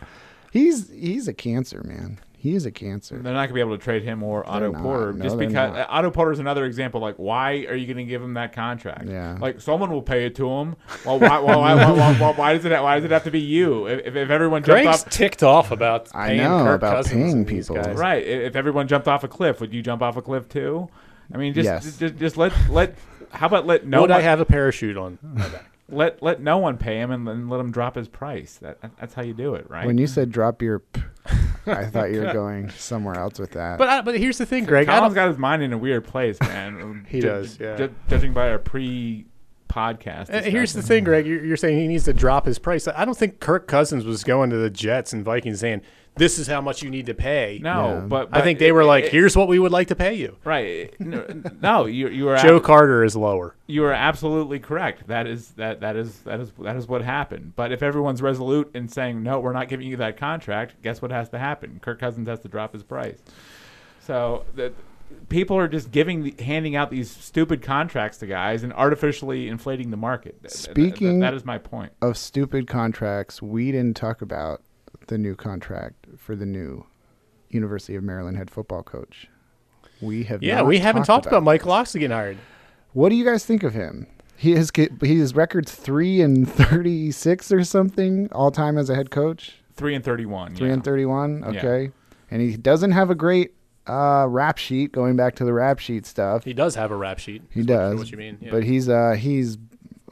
B: He's he's a cancer, man. He is
C: (laughs)
B: a cancer.
A: They're not going to be able to trade him or Otto
B: not.
A: Porter
B: No,
A: just
B: they're
A: because
B: not.
A: Otto Porter is another example. Like, why are you going to give him that contract?
B: Yeah.
A: like someone will pay it to him. Well, why, why, why, why, why, why, why does it? Why does it have to be you? If, if everyone jumped
C: Greg's
A: off,
C: ticked off about
B: I
C: paying
B: know,
C: Kirk
B: about
C: Cousins
B: paying
C: and these
B: people.
C: guys.
A: right? i- If everyone jumped off a cliff, would you jump off a cliff too? I mean, just
B: Yes.
A: just, just let let. How about let no
C: Would
A: one,
C: I have a parachute on? my back?
A: let let no one pay him and then let him drop his price. That that's how you do it, right?
B: When
C: (laughs)
B: you said drop your p- I thought you were going somewhere else with that.
C: But I, but here's the thing, Greg. I
A: Colin's
C: don't,
A: got his mind in a weird place,
C: (laughs)
A: man.
B: He
A: Ju-
C: does, yeah.
A: ju- judging by our pre-podcast.
C: uh, here's
A: discussion.
C: the thing, Greg. You're, you're saying he needs to drop his price. I don't think Kirk Cousins was going to the Jets and Vikings saying, "This is how much you need to pay."
A: No,
B: Yeah.
A: but,
C: I
A: but
C: think they
A: it-
C: were like,
A: it-
C: "Here's what we would like to pay you."
A: right. No, no, you you
C: (laughs)
A: are
C: Joe Carter is lower.
A: you are absolutely correct. That is that that is that is that is what happened. But if everyone's resolute in saying no, we're not giving you that contract. Guess what has to happen? Kirk Cousins has to drop his price. So that people are just giving the- handing out these stupid contracts to guys and artificially inflating the market. Th- th- th-
B: Speaking-
A: that is my point.
B: of stupid contracts, we didn't talk about the new contract for the new University of Maryland head football coach. We have
C: Yeah,
B: not
C: we haven't talked about,
B: it.
C: Mike Loxley getting hired.
B: What do you guys think of him? He has ki- his records three and (laughs) thirty six or something all time as a head coach.
A: Three and thirty-one.
B: Three
A: yeah.
B: and thirty one. Okay, and he doesn't have a great uh, rap sheet. Going back to the rap sheet stuff,
C: He does have a rap sheet.
B: he
C: That's
B: does.
C: What you mean? Yeah.
B: But he's uh, he's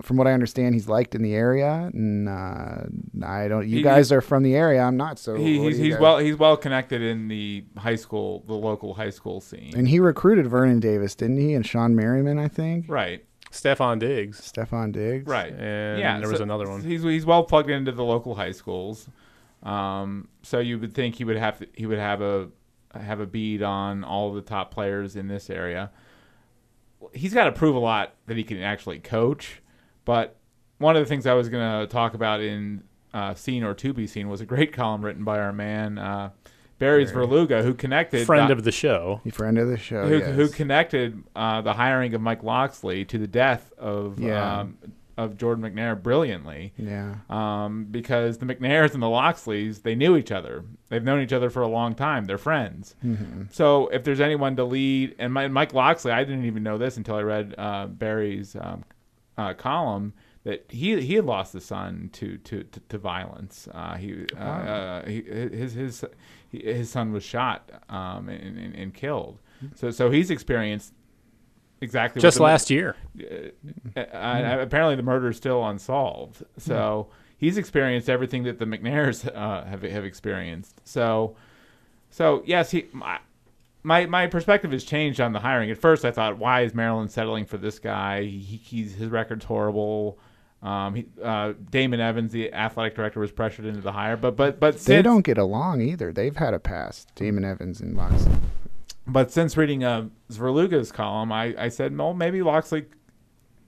B: from what I understand, he's liked in the area, and uh, I don't. You
A: He-
B: guys are from the area. I'm not. So
A: He,
B: what do
A: he's
B: you
A: he's
B: guys-
A: well he's well connected in the high school the local high school scene.
B: And he recruited Vernon Davis, didn't he? And Sean Merriman, I think.
A: right.
C: Stefan Diggs.
B: Stefan Diggs.
A: Right.
C: And there was another one.
A: He's he's well plugged into the local high schools. Um, so you would think he would have to, he would have a have a bead on all the top players in this area. He's got to prove a lot that he can actually coach. But one of the things I was going to talk about in uh, seen or to be seen was a great column written by our man uh, Barry's Verluga, who connected
C: Friend
A: the-
C: of the show.
B: He friend of the show.
A: who,
B: yes.
A: who connected uh, the hiring of Mike Loxley to the death of
B: Yeah.
A: um, of Jordan McNair brilliantly.
B: yeah.
A: Um, because the McNairs and the Loxleys, they knew each other. They've known each other for a long time. They're friends. So if there's anyone to lead, and, my, Mike Loxley, I didn't even know this until I read uh, Barry's um, uh, column that he he had lost his son to to to, to violence. Uh, he, uh, uh, he his his his son was shot um, and, and, and killed. So so he's experienced exactly what
C: Just
A: the-
C: last year.
B: Hmm.
A: uh, uh, apparently the murder is still unsolved. So he's experienced everything that the McNairs uh, have have experienced. So, so yes, he. My, my, my perspective has changed on the hiring. At first, I thought, why is Maryland settling for this guy? He, he's his record's horrible. Um, he, uh, Damon Evans, the athletic director, was pressured into the hire, but but but
B: They
A: since-
B: don't get along either. They've had a past. Damon Evans and Moxley.
A: But since reading uh, Zverluga's column, I, I said, well, maybe Loxley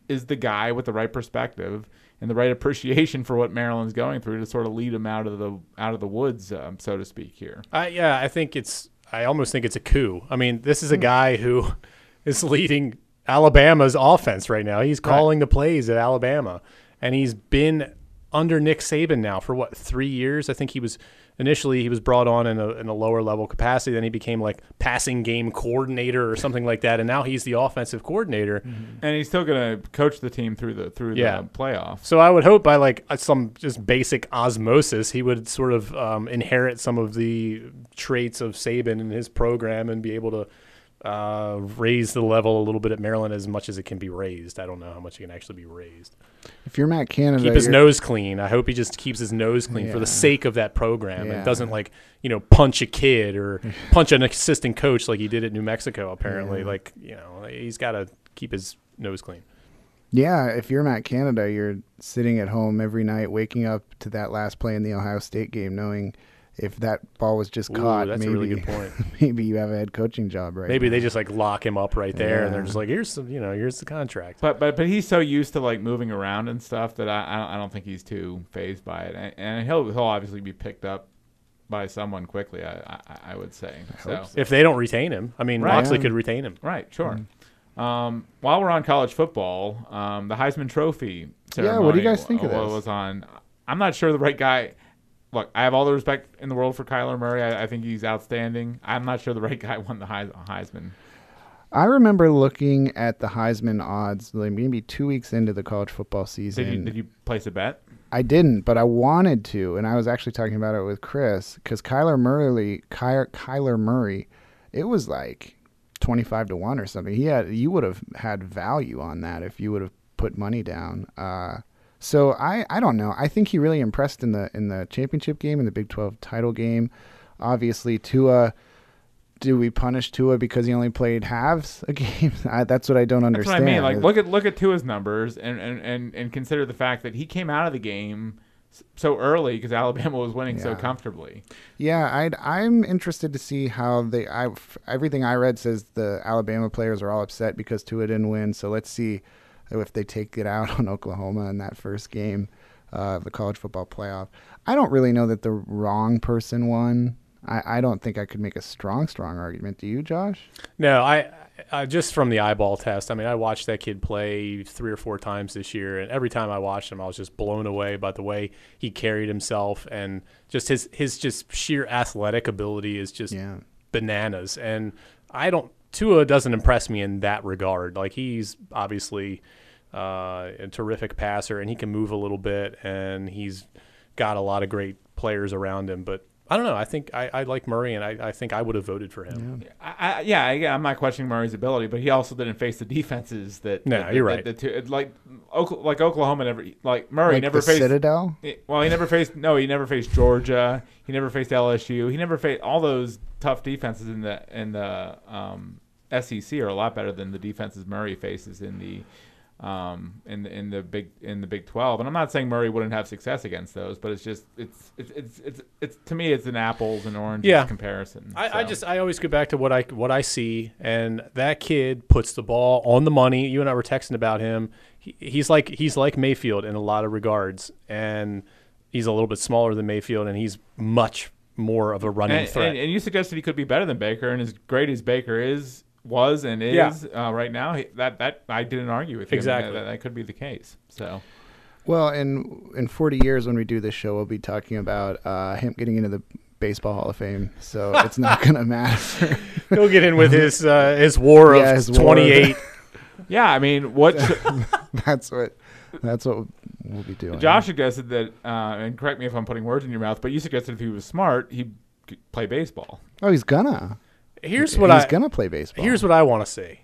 A: is the guy with the right perspective and the right (laughs) appreciation for what Maryland's going through to sort of lead him out of the out of the woods, um, so to speak. Here,
C: I, yeah, I think it's. I almost think it's a coup. I mean, this is a guy who (laughs) is leading Alabama's offense right now. He's calling the plays at Alabama, and he's been under Nick Saban now for what three years? I think he was initially he was brought on in a, in a lower level capacity. Then he became like passing game coordinator or something like that, and now he's the offensive coordinator.
A: and he's still going to coach the team through the through
C: Yeah.
A: the playoffs.
C: So I would hope by like uh, some just basic osmosis, he would sort of um, inherit some of the traits of Saban and his program and be able to uh, raise the level a little bit at Maryland as much as it can be raised. I don't know how much it can actually be raised.
B: If you're Matt Canada,
C: Keep his
B: you're-
C: nose clean. I hope he just keeps his nose clean for
B: Yeah.
C: the sake of that program
B: Yeah.
C: and doesn't like you know punch a kid
B: (laughs)
C: or punch an assistant coach like he did at New Mexico. Apparently,
B: Yeah.
C: like you know he's got to keep his nose clean.
B: Yeah, if you're Matt Canada, you're sitting at home every night, waking up to that last play in the Ohio State game, knowing if that ball was just
C: Ooh,
B: caught,
C: that's
B: maybe
C: a really good point.
B: (laughs) maybe you have a head coaching job right.
C: Maybe they just like lock him up right there, and they're
B: Yeah.
C: just like, "Here's some, you know, here's the contract."
A: But but but he's so used to like moving around and stuff that I I don't, I don't think he's too phased by it, and, and he'll he'll obviously be picked up by someone quickly. I I, I would say so.
B: hope
C: If they don't retain him, I mean,
A: Right.
C: Moxley
B: Yeah.
C: could retain him.
A: Right, sure.
B: Mm-hmm.
A: Um, while we're on college football, um, the Heisman Trophy ceremony
B: Yeah, what do you guys think of
A: wa-
B: this?
A: Was on. I'm not sure the right guy. Look, I have all the respect in the world for Kyler Murray. I, I think he's outstanding. I'm not sure the right (laughs) guy won the Heis- Heisman.
B: I remember looking at the Heisman odds, like maybe two weeks into the college football season.
A: Did you did you place a bet?
B: I didn't, but I wanted to, and I was actually talking about it with Chris because Kyler Murray, Ky- Kyler Murray, it was like twenty-five to one or something. He had you would have had value on that if you would have put money down. Uh, so I, I don't know. I think he really impressed in the in the championship game in the Big Twelve title game. Obviously, Tua. Do we punish Tua because he only played halves a (laughs) game? I, that's what I don't
A: That's
B: understand.
A: what I mean. Like look at look at Tua's numbers and and and, and consider the fact that he came out of the game s- so early because Alabama was winning so
B: Yeah.
A: comfortably.
B: Yeah, I'd, I'm interested to see how they. I everything I read says the Alabama players are all upset because Tua didn't win. So let's see if they take it out on (laughs) Oklahoma in that first game uh, of the college football playoff. I don't really know that the wrong person won. I, I don't think I could make a strong, strong argument. Do you, Josh?
C: No, I, I just from the eyeball test. I mean, I watched that kid play three or four times this year, and every time I watched him, I was just blown away by the way he carried himself and just his his just sheer athletic ability is just
B: Yeah.
C: bananas. And I don't Tua doesn't impress me in that regard. Like he's obviously uh, a terrific passer, and he can move a little bit, and he's got a lot of great players around him, but. I don't know. I think I, I like Murray, and I, I think I would have voted for him.
A: I, I- yeah, I, yeah, I'm not questioning Murray's ability, but he also didn't face the defenses that.
C: No,
A: that,
C: you're
A: that- that-
C: right.
A: that- like, Oka- like Oklahoma never, like Murray
B: like
A: never
B: the
A: faced.
B: Citadel.
A: eh, Well, he never faced. No, he never faced Georgia. He never faced LSU. He never faced all those tough defenses in the in the um, SEC are a lot better than the defenses Murray faces in the um, in the in the big in the Big Twelve. And I'm not saying Murray wouldn't have success against those, but it's just it's it's it's it's, it's to me it's an apples and oranges
C: Yeah.
A: comparison.
C: I, I
A: so.
C: just I always go back to what I what I see, and that kid puts the ball on the money. You and I were texting about him. He, he's like he's like Mayfield in a lot of regards, and he's a little bit smaller than Mayfield, and he's much more of a running
A: and,
C: threat.
A: and, and you suggested he could be better than Baker, and as great as Baker is, was, and is
C: Yeah.
A: uh, right now, he, that that I didn't argue with you. I mean,
C: Exactly.
A: that, that could be the case. So
B: Well, in in 40 years when we do this show, we'll be talking about uh, him getting into the Baseball Hall of Fame. So it's not going to matter.
C: He'll get in with his
A: (laughs)
C: uh, his war of
B: Yeah, his war.
C: twenty eight.
A: yeah, I mean, what
B: (laughs) that's what. That's what we'll be doing.
A: Josh suggested that, uh, and correct me if I'm putting words in your mouth, but you suggested if he was smart, he'd c- play baseball.
B: Oh, he's gonna.
C: Here's what
B: he's
C: I
B: gonna play baseball.
C: here's what I want to see.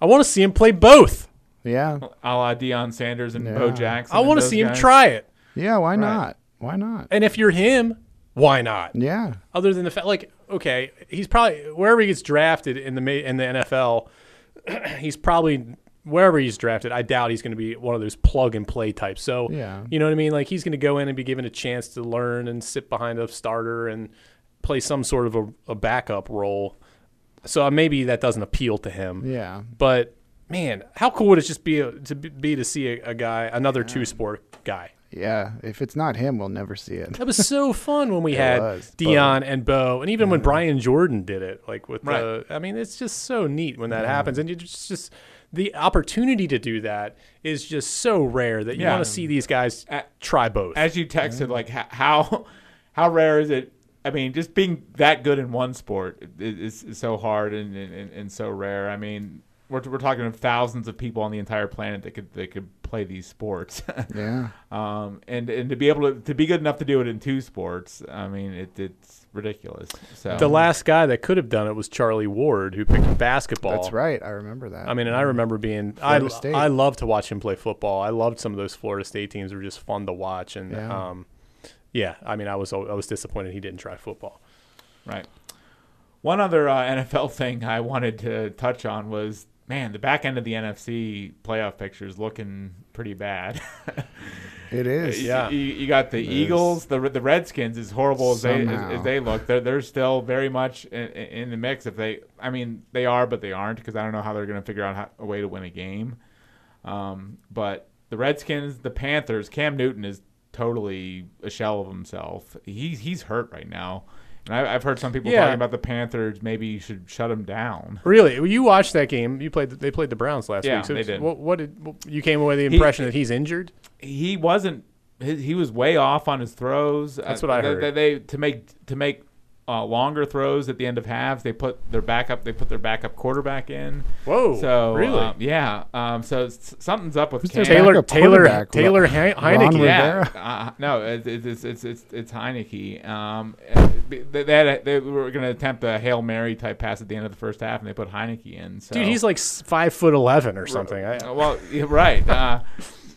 C: I want to see him play both.
B: yeah.
A: A la Deion Sanders and
B: Yeah.
A: Bo Jackson.
C: I
A: and
C: want to
A: those
C: see him
A: guys.
C: try it.
B: Yeah, why not? Why not?
C: And if you're him, why not?
B: Yeah.
C: Other than the fact, like, okay, he's probably wherever he gets drafted in the ma- in the NFL, (clears throat) he's probably wherever he's drafted. I doubt he's going to be one of those plug and play types. So
B: Yeah.
C: you know what I mean? Like he's going to go in and be given a chance to learn and sit behind a starter and play some sort of a, a backup role. So uh, maybe that doesn't appeal to him.
B: Yeah.
C: But man, how cool would it just be uh, to be to see a, a guy, another two sport guy?
B: Yeah. If it's not him, we'll never
C: (laughs)
B: see it.
C: That was
B: (laughs)
C: so fun when we had
B: was, but-
C: Dion and Bo, and even when Brian Jordan did it. Like with
A: Right.
C: the, I mean, it's just so neat when that happens, and you just just the opportunity to do that is just so rare that you
A: Yeah.
C: want to see these guys try both.
A: as you texted, like h- how how rare is it? I mean, just being that good in one sport i- is, is so hard and, and, and so rare. I mean, we're, we're talking of thousands of people on the entire planet that could that could play these sports, (laughs)
B: Yeah.
A: um, and and to be able to to be good enough to do it in two sports. I mean, it, it's ridiculous. So
C: the last guy that could have done it was Charlie Ward, who picked basketball.
B: That's right. I remember that.
C: I mean, and I remember being I,
B: Florida State.
C: I love to watch him play football. I loved some of those Florida State teams were just fun to watch, and
B: Yeah.
C: yeah. um, yeah. I mean, I was I was disappointed he didn't try football.
A: Right. One other uh, (laughs) NFL thing I wanted to touch on was man, the back end of the NFC playoff picture is looking pretty bad. (laughs)
B: it is.
C: Yeah.
A: You, you got the Eagles, the the Redskins, as horrible as they as,
B: Somehow.
A: as they look, they're they're still very much in, in the mix. If they, I mean, they are, but they aren't because I don't know how they're going to figure out how, a way to win a game. Um, but the Redskins, the Panthers, Cam Newton is totally a shell of himself. He's he's hurt right now, and I, I've heard some people
C: Yeah.
A: talking about the Panthers. Maybe you should shut him down.
C: Really, Well, you watched that game? You played. They played the Browns last
A: Yeah,
C: week. So
A: they did.
C: What, what did what- you came away with the impression that he's injured?
A: he wasn't he, he was way off on his throws.
C: That's
A: Uh,
C: what I
A: they,
C: heard.
A: They, they- to make to make uh, longer throws at the end of halves. They put their backup. They put their backup quarterback in.
C: Whoa,
A: So
C: really?
A: um, yeah. Um, so s- something up with
B: their
A: Cam.
B: backup?
C: Taylor
B: backup
C: Taylor Taylor
B: quarterback, Ron-
C: He- Heineke.
B: Ron Rivera.
A: Yeah, uh, no, it's it's it's it's, it's Heineke. Um, uh, they, they, had a- they were going to attempt a hail mary type pass at the end of the first half, and they put Heineke in. So.
C: Dude, he's like s- five foot eleven or something. I,
A: Uh, well, yeah, right. Uh,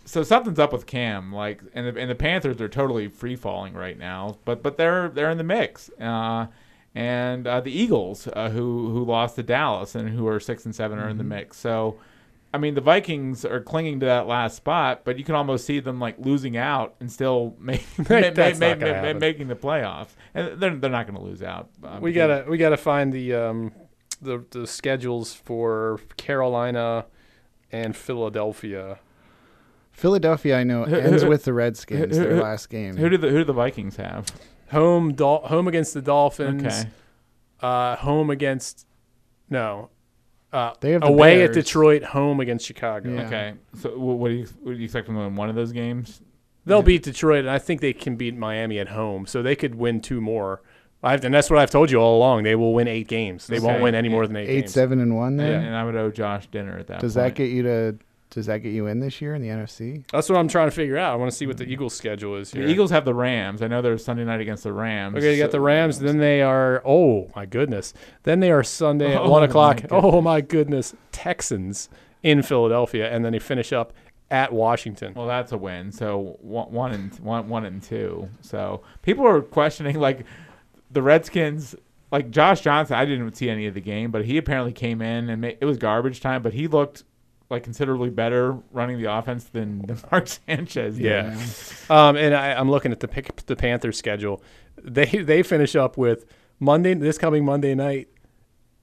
A: so something's up with Cam. Like, and the, and the Panthers are totally free falling right now, but but they're they're in the mix. Uh, and uh, the Eagles, uh, who who lost to Dallas and who are six and 7 are in
C: Mm-hmm.
A: the mix. So, I mean, the Vikings are clinging to that last spot, but you can almost see them like losing out and still (laughs)
C: (laughs)
A: make, ma- ma-
C: That's
A: ma-
C: not gonna
A: ma- ma-
C: happen.
A: making the playoffs. And they're they're not going to lose out. uh,
C: we
A: because-
C: gotta we gotta find the um the the schedules for Carolina and Philadelphia.
B: Philadelphia, I know, ends with the Redskins, their last game.
A: Who do the who do the Vikings have?
C: Home Dol- home against the Dolphins.
A: Okay.
C: Uh, home against no. Uh,
B: They have the
C: away at
B: Bears.
C: Detroit, home against Chicago.
B: Yeah.
A: Okay. So wh- what do you what do you expect from them in one of those games?
C: They'll beat Detroit, and I think they can beat Miami at home, so they could win two more. I've, and that's what I've told you all along. They will win eight games. They won't
A: Okay.
C: win any more than eight,
B: Eight,
C: games.
B: seven, and one. Then
A: And, and I would owe Josh dinner at that.
B: does
A: point.
B: that get you to? Does that get you in this year in the NFC?
C: That's what I'm trying to figure out. I want to see what the Eagles' schedule is
A: The
C: here.
A: Eagles have the Rams. I know they're Sunday night against the Rams.
C: Okay, you got the Rams. Then they are. Oh my goodness. Then they are Sunday at
A: Oh,
C: one
A: my
C: o'clock.
A: goodness.
C: oh my goodness. Texans in Philadelphia, and then they finish up at Washington.
A: Well, that's a win. So one, one and one, one and two. So people are questioning like the Redskins. Like Josh Johnson, I didn't see any of the game, but he apparently came in and ma- it was garbage time. But he looked like considerably better running the offense than, (laughs) than Mark Sanchez. did.
C: Yeah. Um, and I, I'm looking at the pick, the Panthers schedule. They they finish up with Monday this coming Monday night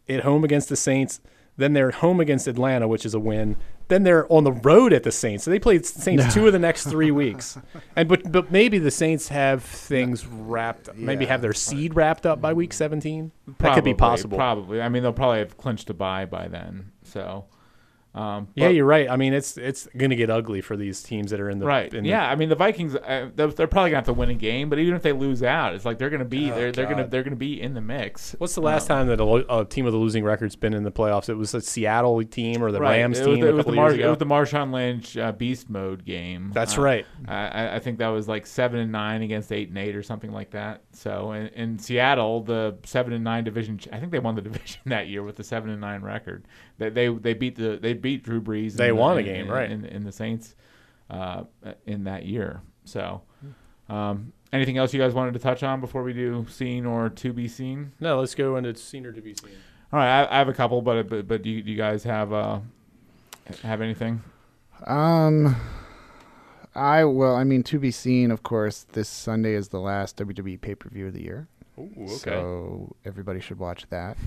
C: at home against the Saints. Then they're at home against Atlanta, which is a win. Then they're on the road at the Saints. So they play the Saints two of the next
A: (laughs)
C: three weeks. And but but maybe the Saints have things wrapped. up. Maybe
B: Yeah.
C: have their seed wrapped up by week 17. that could
A: Probably,
C: be possible.
A: Probably. I mean, they'll probably have clinched a bye by then. So, um,
C: Yeah,
A: but-
C: you're right. I mean, it's it's gonna get ugly for these teams that are in the
A: right.
C: In the-
A: yeah, I mean the Vikings, uh, they're, they're probably gonna have to win a game, but even if they lose out, it's like they're gonna be they're, they're gonna
C: Oh, God.
A: they're gonna be in the mix.
C: What's the last
A: Um,
C: time that a, lo- a team with a losing record's been in the playoffs? It was a Seattle team or the
A: Right.
C: Rams
A: it
C: team
A: Was, the-
C: a
A: it, was the
C: couple
A: Mar-
C: years
A: it
C: ago.
A: was the Marshawn Lynch uh, beast mode game.
C: That's
A: Uh,
C: right.
A: I, I think that was like seven and nine against eight and eight or something like that. So in, in Seattle, the seven and nine division, ch- I think they won the (laughs) division that year with the seven and nine record. They they, they beat the they beat Drew Brees. in
C: They
A: the-
C: won a
A: in-
C: game,
A: in-
C: right.
A: In, in the Saints, uh, in that year. So, um, anything else you guys wanted to touch on before we do seen or to be seen?
C: No, let's go into seen or to be seen.
A: All right, I, I have a couple, but uh, but, but do, you, do you guys have uh, have anything?
B: Um, I well, I mean, to be seen, of course. This Sunday is the last WWE pay per view of the year,
C: Ooh, okay.
B: so everybody should watch that.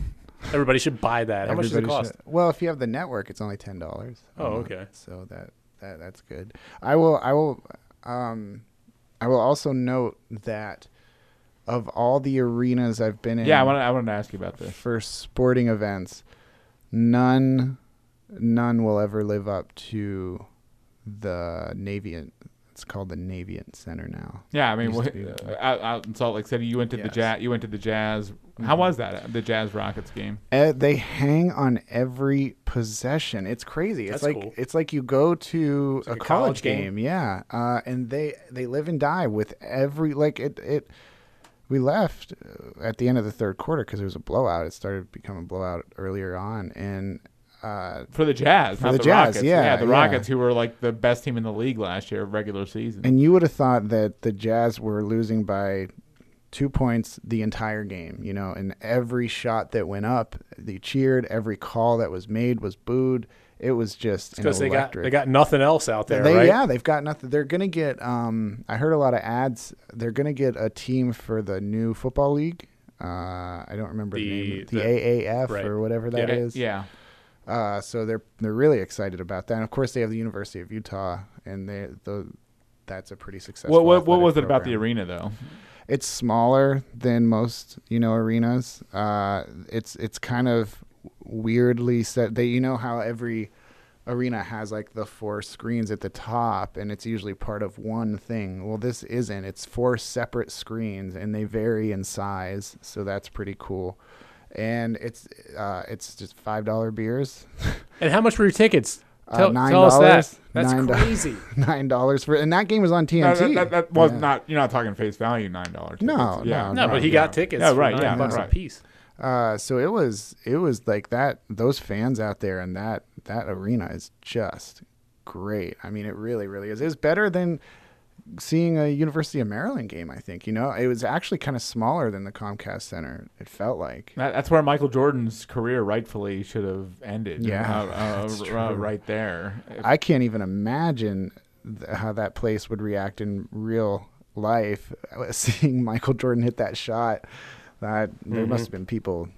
C: Everybody should buy that. How much does it
B: Everybody
C: cost?
B: should- well, if you have the network, it's only ten dollars. Um,
C: Oh, okay.
B: So that, that that's good. I will. I will. Um, I will also note that of all the arenas I've been in,
A: Yeah, I wanted I wanted to ask you about this.
B: for sporting events, none, none will ever live up to the Navient. It's called the Navient Center now.
A: Yeah, I mean,
B: Used to
A: what,
B: be
A: uh, out, out in Salt Lake City, you went to the
B: Yes. Mm-hmm.
A: jazz. You went to the Jazz. How was that? uh, The Jazz Rockets game.
B: Eh, they hang on every possession. It's crazy. It's
C: That's
B: like
C: cool.
B: it's like you go to a,
C: like
B: college, game, yeah. Uh, and they they live and die with every like it it. We left uh, at the end of the third quarter because it was a blowout. It started becoming a blowout earlier on, and uh,
A: For the Jazz,
B: For
A: not
B: the
A: the,
B: Jazz,
A: Rockets.
B: yeah,
A: the
B: yeah.
A: Rockets, who were like the best team in the league last year, regular season.
B: and you would have thought that the Jazz were losing by two points the entire game, you know, and every shot that went up, they cheered. Every call that was made was booed. It was just an
C: Because they got
B: electric.
C: they got nothing else out there,
B: they,
C: right?
B: Yeah, they've got nothing. They're gonna get. Um, I heard a lot of ads. They're gonna get a team for the new football league. Uh, I don't remember the, name, of
C: The-
B: the, AAF
C: right.
B: or whatever that
A: yeah,
B: is.
A: yeah.
B: Uh, so they're they're really excited about that. And of course, they have the University of Utah, and they the that's a pretty successful.
A: What what, what was it
B: athletic
A: about the
B: program.
A: arena though?
B: It's smaller than most you know arenas. Uh, it's it's kind of weirdly set. They you know how every arena has like the four screens at the top and it's usually part of one thing well this isn't it's four separate screens and they vary in size so that's pretty cool and it's uh it's just five dollar beers
C: And how much were your tickets?
B: Uh,
C: Tell,
B: nine
C: tell us that.
B: dollars.
C: That's
B: Nine do-
A: (laughs)
C: crazy.
B: nine dollars for and that game was on
A: No, that,
B: TNT.
A: that, that was
B: Yeah.
A: not. You're not talking face value nine dollars.
B: No,
A: yeah,
C: No, but he
A: yeah.
C: got tickets.
A: Yeah,
C: for
A: right.
C: nine
A: yeah,
C: bucks
A: right.
C: a piece.
B: Uh, so it was it was like that. Those fans out there and that that arena is just great. I mean, it really really is. It was better than seeing a University of Maryland game. I think you know it was actually kind of smaller than the Comcast Center. It felt like.
A: That, that's where Michael Jordan's career rightfully should have ended.
B: Yeah,
A: uh, uh,
B: (laughs) that's
A: r-
B: true.
A: uh, right there.
B: I can't even imagine th- how that place would react in real life. (laughs) Seeing Michael Jordan hit that shot, that there
A: Mm-hmm.
B: must have been people.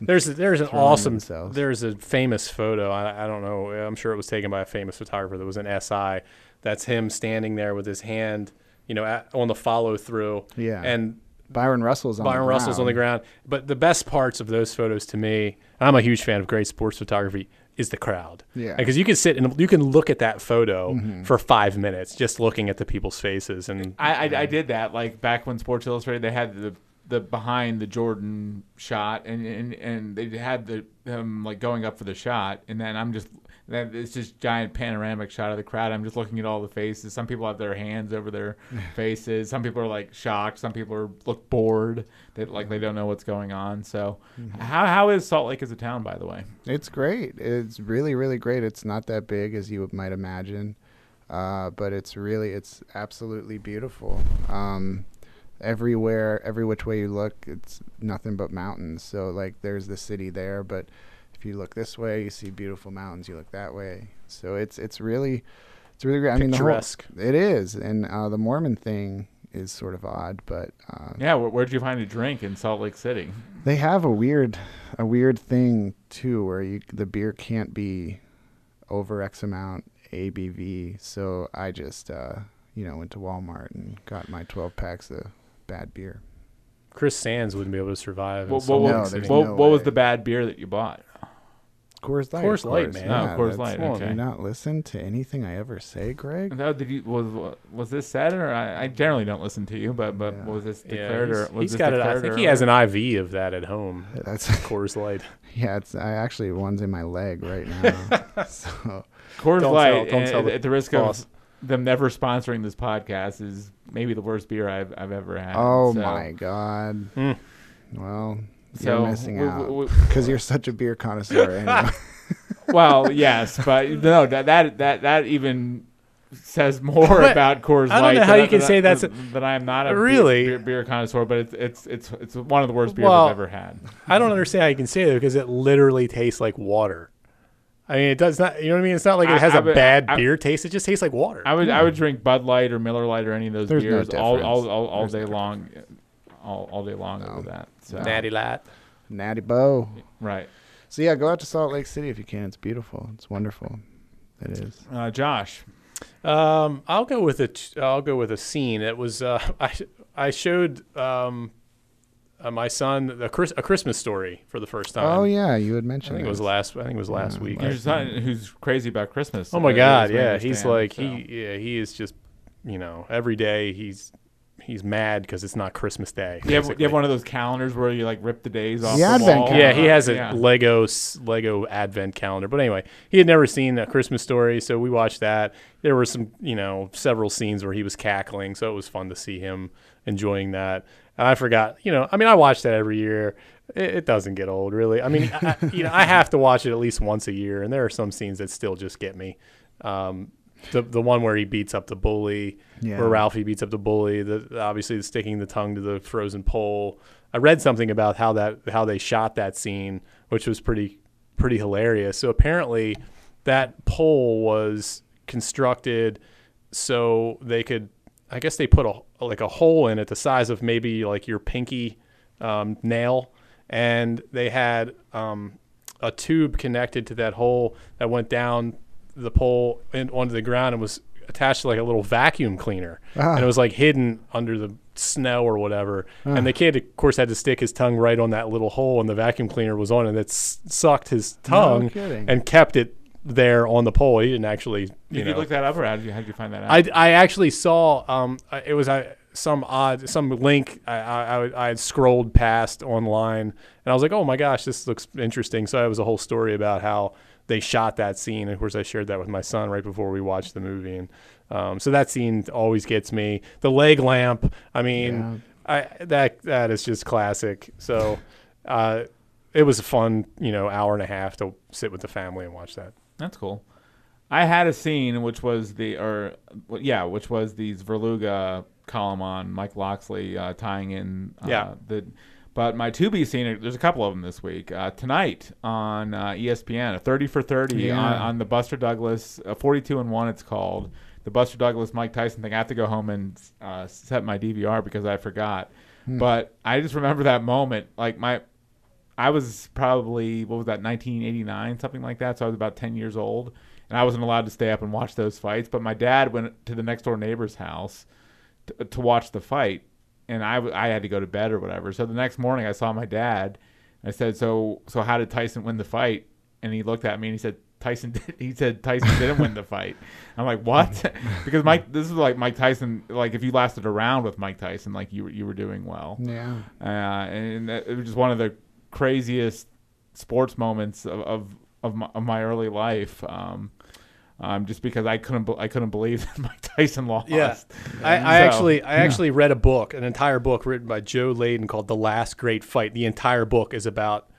C: There's there's an
B: throwing
C: awesome
B: themselves.
C: there's a famous photo. I, I don't know. I'm sure it was taken by a famous photographer that was an SI. That's him standing there with his hand, you know, at, on the follow through.
B: Yeah.
C: And
B: Byron Russell's on
C: Byron
B: the
C: Russell's on
B: ground.
C: the ground. But the best parts of those photos to me, and I'm a huge fan of great sports photography, is the crowd.
B: Yeah. Mm-hmm.
C: Because you can sit and you can look at that photo for five minutes just looking at the people's faces. And
A: I, I I did that like back when Sports Illustrated they had the the behind the Jordan shot and and, and they had the him like going up for the shot and then I'm just then it's just giant panoramic shot of the crowd. I'm just looking at all the faces. Some people have their hands over
B: (laughs)
A: their faces. Some people are like shocked. Some people are look bored. They like
B: Mm-hmm.
A: they don't know what's going on. So how how is Salt Lake as a town by the way?
B: It's great. It's really, really great. It's not that big as you might imagine, uh, but it's really, it's absolutely beautiful. Um, everywhere, every which way you look, it's nothing but mountains. So like, there's the city there, but if you look this way, you see beautiful mountains. You look that way, so it's it's really, it's really great. I mean, the whole,
C: Picturesque.
B: it is, and uh, the Mormon thing is sort of odd, but uh,
A: Yeah, where, where'd you find a drink in Salt Lake City?
B: they have a weird, a weird thing too, where you the beer can't be over X amount ABV. So I just, uh, you know, went to Walmart and got my 12 packs of bad beer.
C: Chris Sands wouldn't be able to survive. in
A: What,
C: Salt
A: what,
C: Lake
B: No,
A: was,
B: there's
C: City.
A: what,
B: no
A: what was
B: way.
A: the bad beer that you bought?
B: Coors Light.
C: Coors Light, man.
A: No, Coors
B: that's-
A: Light,
B: come on, Do
A: okay.
B: you not listen to anything I ever
A: (laughs)
B: say, Greg?
A: No, did you was was this Saturday? Or I, I generally don't listen to you, but but
B: Yeah.
A: was this
C: Yeah,
A: declared
C: he's-
A: or was
C: he's
A: this
C: got it.
A: declared
C: I think
A: or-
C: he has an IV of that at home.
B: That's
C: Coors Light.
B: yeah. It's I actually one's in my leg right
A: (laughs)
B: now. so
A: Coors
C: Don't
A: Light.
C: tell- don't
A: and
C: tell the
A: at the risk
C: boss.
A: of them never sponsoring this podcast is maybe the worst beer I've I've ever had.
B: oh
A: So- Hmm.
B: my god.
C: Mm.
B: Well,
A: So,
B: you're missing
A: we- we-
B: out
A: we-
B: because you're such a
A: (laughs)
B: beer connoisseur. Anyway. (laughs)
A: Well, yes, but no, that that that, that even says more
C: But
A: about Coors Light.
C: I don't know
A: than
C: how you
A: I-
C: can
A: than I-
C: say that's a-
A: that I am not a beer-
C: Really?
A: beer, beer connoisseur, but it's it's it's it's one of the worst beers
C: Well,
A: I've ever had.
C: I don't understand how you can say that because it literally tastes like water. I mean, it does not. You know what I mean? It's not like
A: I-
C: it has
A: I
C: a
A: would-
C: bad
A: I-
C: beer taste. It just tastes like water.
A: I would I would drink Bud Light or Miller Light or any of those
B: There's no
A: beers all, all
B: difference.
A: all all
B: There's
A: day long, all all day long over that. So,
C: Light.
B: Natty Bo.
A: right,
B: So yeah, go out to Salt Lake City if you can. It's beautiful. It's wonderful. It is.
A: uh, Josh.
C: Um, I'll go with a t- I'll go with a scene. It was uh, (laughs) I I showed um, uh, my son a, Chris- a Christmas story for the first time.
B: Oh yeah, you had
C: I
B: mentioned.
C: think it was
B: this.
C: last. I think it was last
B: Yeah,
C: week.
A: Your son, who's crazy about Christmas.
C: Oh my
A: uh, is
C: God!
A: what I
C: Yeah, he's
A: understand,
C: like
A: so.
C: he yeah he is just you know every day he's he's mad because it's not Christmas Day.
A: Do you, have, do you
C: basically.
A: have one of those calendars where you like rip the days off
B: The
A: the
B: advent
A: wall?
B: calendar.
C: Yeah, he has a
A: Yeah.
C: Lego s- Lego advent calendar. But anyway, he had never seen a Christmas story, so we watched that. There were some, you know, several scenes where he was cackling, so it was fun to see him enjoying that. And I forgot, you know, I mean, I watch that every year. It, it doesn't get old, really. I mean, I, I- you know, I have to watch it at least once a year, and there are some scenes that still just get me. Um, the the one where he beats up the bully,
B: Yeah.
C: where Ralphie beats up the bully. The obviously the sticking the tongue to the frozen pole. I read something about how that how they shot that scene, which was pretty pretty hilarious. So apparently, that pole was constructed so they could. I guess they put a like a hole in it the size of maybe like your pinky um, nail, and they had um, a tube connected to that hole that went down the pole and onto the ground and was attached to like a little vacuum cleaner and it was like hidden under the snow or whatever and the kid of course had to stick his tongue right on that little hole and the vacuum cleaner was on it and it s- sucked his tongue
B: kidding.
C: and kept it there on the pole he didn't actually
A: Did
C: you
A: you,
C: know
A: look that up, or how did you, how did you find that out?
C: I, I actually saw um I- it was uh, some odd some link I, I I- I had scrolled past online and I was like oh my gosh this looks interesting so it was a whole story about how they shot that scene of course I shared that with my son right before we watched the movie and um, so that scene always gets me the leg lamp I mean I that that is just classic so uh, it was a fun you know hour and a half to sit with the family and watch that
A: That's cool. I had a scene which was the or well, yeah, which was these Verluga column on Mike Loxley uh, tying in uh,
C: Yeah.
A: the. But my to be scene, there's a couple of them this week. Uh, tonight on uh, ESPN, a 30 for 30 on, on the Buster Douglas, uh, 42 and 1, it's called. The Buster Douglas Mike Tyson thing. I have to go home and uh, set my DVR because I forgot. But I just remember that moment. Like, my, I was probably what was that 1989 something like that. So I was about 10 years old, and I wasn't allowed to stay up and watch those fights. But my dad went to the next door neighbor's house to, to watch the fight, and I w- I had to go to bed or whatever. So the next morning I saw my dad. I said, "So so how did Tyson win the fight?" And he looked at me and he said. Tyson (laughs) did, he said Tyson didn't win the fight. I'm like, "What?" (laughs) because Mike this is like Mike Tyson like if you lasted a round with Mike Tyson like you were you were doing well.
B: Yeah.
A: Uh, and that- it was just one of the craziest sports moments of of, of, my, of my early life. Um, um, just because I couldn't be- I couldn't believe (laughs) that Mike Tyson lost. (laughs)
C: Yeah, I, I
A: So,
C: actually I actually read a book, an entire book written by Joe Layden called "The Last Great Fight." The entire book is about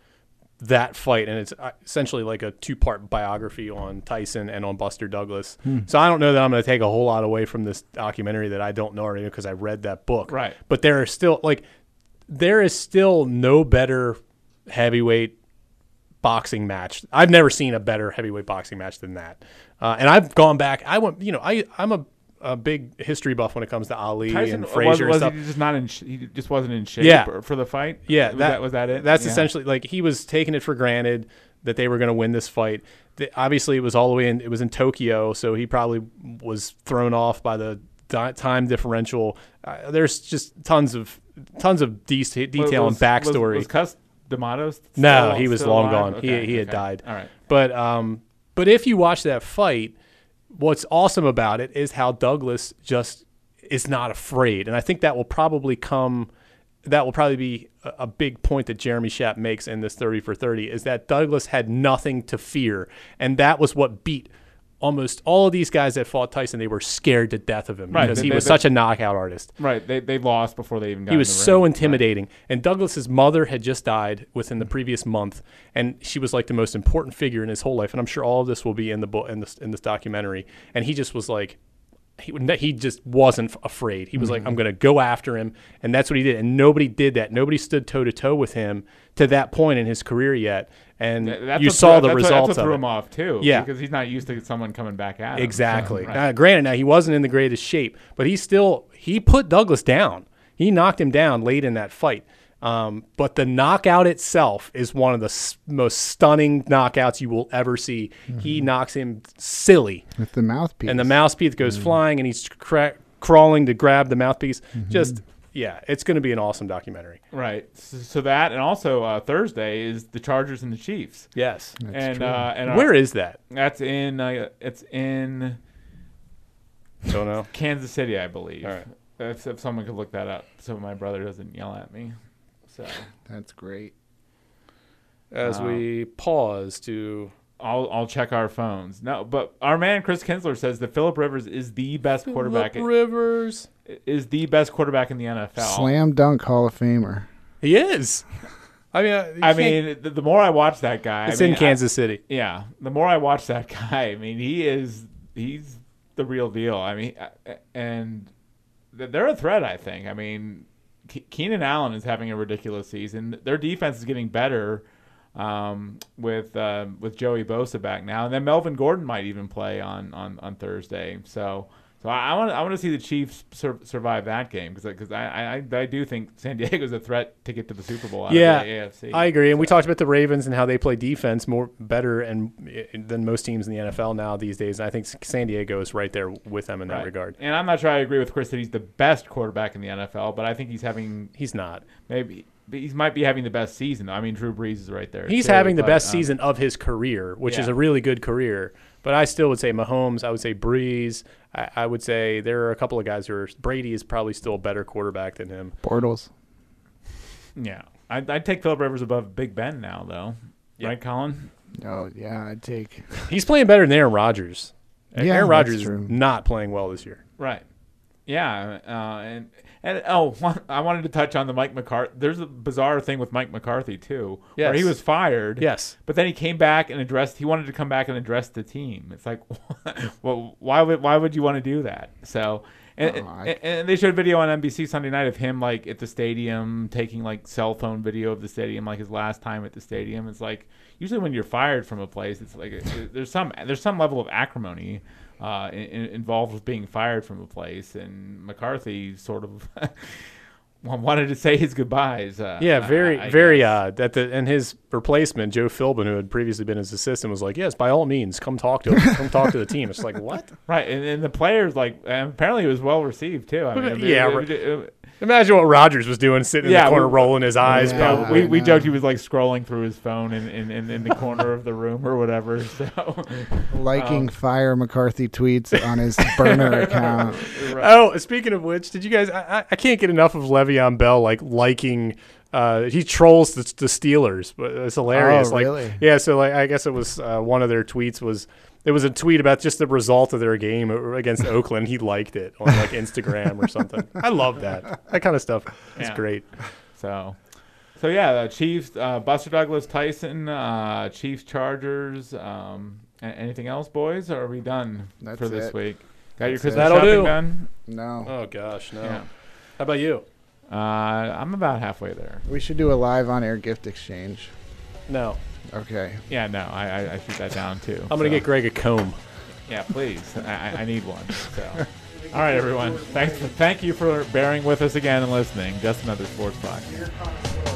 C: that fight, and it's uh, essentially like a two-part biography on Tyson and on Buster Douglas.
A: Hmm.
C: So I don't know that I'm going to take a whole lot away from this documentary that I don't know already because I read that book.
A: Right.
C: But there are still like there is still no better heavyweight boxing match. I've never seen a better heavyweight boxing match than that. Uh, and I've gone back. I went, you know, I I'm a, a big history buff when it comes to Ali
A: Tyson
C: and
A: was-
C: Frazier
A: was,
C: and
A: he
C: stuff.
A: just not in sh- he just wasn't in shape
C: Yeah.
A: for, for the fight.
C: Yeah,
A: was that, was that it.
C: That's
A: Yeah.
C: essentially like he was taking it for granted that they were going to win this fight. The, obviously, it was all the way in. It was in Tokyo, so he probably was thrown off by the di- time differential. Uh, there's just tons of tons of de-
A: Was-
C: detail
A: was-
C: and backstory.
A: Was, was Cus D'Amato still-
C: No, he was
A: still
C: long
A: alive?
C: gone. he he had
A: okay.
C: died.
A: All right.
C: But um, but if you watch that fight, what's awesome about it is how Douglas just is not afraid, and I think that will probably come. That will probably be a a big point that Jeremy Schapp makes in this 30 for 30 is that Douglas had nothing to fear. And that was what beat almost all of these guys that fought Tyson. They were scared to death of him
A: Right,
C: because
A: they-
C: he
A: they-
C: was
A: they-
C: such a knockout artist.
A: Right. They they lost before they even got.
C: He
A: in
C: was
A: the
C: so
A: ring.
C: intimidating. And Douglas's mother had just died within the previous month, and she was like the most important figure in his whole life. And I'm sure all of this will be in the book in this in this documentary. And he just was like he, would- he just wasn't afraid. He was like,
A: Mm-hmm.
C: I'm going to go after him. And that's what he did. And nobody did that. Nobody stood toe to toe with him to that point in his career yet. And
A: Th- that's
C: you
A: what
C: saw
A: threw,
C: the
A: that's
C: results
A: What, that's what
C: of
A: threw
C: it.
A: him off too.
C: Yeah.
A: because he's not used to someone coming back at him. (laughs) so,
C: Exactly.
A: right.
C: Now, granted, now he wasn't in the greatest shape, but he still he put Douglas down. He knocked him down late in that fight. Um, but the knockout itself is one of the s- most stunning knockouts you will ever see. He knocks him silly,
B: with the mouthpiece.
C: and the mouthpiece goes flying, and he's cra- crawling to grab the mouthpiece. Just yeah, it's going to be an awesome documentary.
A: Right. So, so that and also uh, Thursday is the Chargers and the Chiefs.
C: Yes.
A: and Uh, and our-
C: Where is that?
A: that's in uh, it's in
C: Don't know.
A: Kansas City, I believe.
C: All right.
A: If, if someone could look that up, so my brother doesn't yell at me. So
B: That's great.
C: As
A: Wow.
C: we pause to
A: I'll I'll check our phones. No, but our man Chris Kinsler says that Philip Rivers is the best quarterback
C: Phillip Rivers.
A: is the best quarterback in the NFL.
B: Slam dunk Hall of Famer.
C: He is. I mean, I, you
A: I
C: can't-
A: mean, the, the more I watch that guy,
C: it's
A: I mean,
C: in Kansas City.
A: I, yeah, the more I watch that (laughs) guy, I mean, he is he's the real deal. I mean, I- and th- they're a threat. I think. I mean, Ke- Keenan Allen is having a ridiculous season. Their defense is getting better um, with um with Joey Bosa back now, and then Melvin Gordon might even play on on, on Thursday. So. So I want I want to see the Chiefs sur- survive that game because because I, I I do think San (laughs) Diego's a threat to get to the Super Bowl. Out
C: Yeah,
A: of the AFC.
C: I agree. And we talked about the Ravens and how they play defense more better and eh, than most teams in the NFL now these days. And I think San Diego is right there with them in that
A: Right.
C: regard.
A: And I'm not sure I agree with Chris that he's the best quarterback in the NFL, but I think he's having
C: He's not.
A: maybe but he might be having the best season. I mean, Drew Brees is right there.
C: He's
A: too,
C: having the
A: but,
C: best
A: um,
C: season of his career, which is
A: yeah.
C: a really good career. But I still would say Mahomes. I would say Breeze. I, I would say there are a couple of guys who are. Brady is probably still a better quarterback than him.
B: Bortles.
A: Yeah, I'd, I'd take Philip Rivers above Big Ben now, though.
C: Yeah.
A: Right, Colin?
B: Oh yeah, I'd take.
C: He's playing better than Aaron Rodgers.
B: Yeah,
C: Aaron
B: that's
C: Rodgers is
B: true.
C: not playing well this year.
A: Right. Yeah, uh, and and oh, one, I wanted to touch on the Mike McCarthy. There's a bizarre thing with Mike McCarthy too, where
C: Yes.
A: he was fired.
C: Yes.
A: But then he came back and addressed. He wanted to come back and address the team. It's like, (laughs) well, why would why would you want to do that? So, and,
B: Oh, I-
A: and, and they showed video on NBC Sunday night of him like at the stadium taking like cell phone video of the stadium, like his last time at the stadium. It's like usually when you're fired from a place, it's like there's some there's some level of acrimony. Uh, in, in- involved with being fired from a place, and McCarthy sort of (laughs) wanted to say his goodbyes. Uh,
C: (laughs) Yeah,
A: I-
C: very,
A: I
C: very
A: guess.
C: odd. That the and his replacement, Joe Philbin, who had previously been his assistant, was like, "Yes, by all means, come talk to him. come talk to the team." It's like, what?
A: Right, and, and the players like and apparently it was well received too. I mean,
C: Yeah,
A: we-
C: right.
A: we-
C: (laughs) Imagine what Rogers was doing, sitting in
A: Yeah,
C: the corner,
A: we-
C: rolling his eyes.
A: we-
B: Yeah.
C: probably.
A: we, we
B: I
A: joked
B: know.
A: he was like scrolling through his phone in, in, in, in the corner of the room or whatever. (laughs) So
C: Um,
B: Liking fire McCarthy tweets
C: (laughs)
B: on his burner account.
C: Oh, speaking of which, did you guys? I, I- I can't get enough of Le'Veon Bell like liking. Uh, he trolls the, the Steelers, but it's hilarious.
B: Oh,
C: like,
B: really?
C: yeah. So like, I guess it was uh, one of their tweets was it was a tweet about just the result of their game o- (laughs) against Oakland. He liked it on like Instagram or something. I love that. That kind of stuff. It's
A: Yeah.
C: great.
A: so so yeah, the Chiefs, uh, Buster Douglas, Tyson, uh, Chiefs, Chargers. Um, a- anything else, boys? Or are we done
B: That's
A: for this
B: it.
A: week? Got your
B: That's it.
A: Christmas
C: That'll
A: shopping
C: do.
A: done?
B: No,
C: Oh gosh, no.
A: Yeah.
C: How about you?
A: Uh, I'm about halfway there.
B: we should do a live on air gift exchange.
C: No,
B: Okay.
A: Yeah, no, I, I, I shoot that down too.
C: I'm gonna
A: So-
C: get Greg a comb.
A: Yeah, please. I, I- I need one. So. All right, everyone. Thanks. For, thank you for bearing with us again and listening. Just another sports podcast.
D: Your console.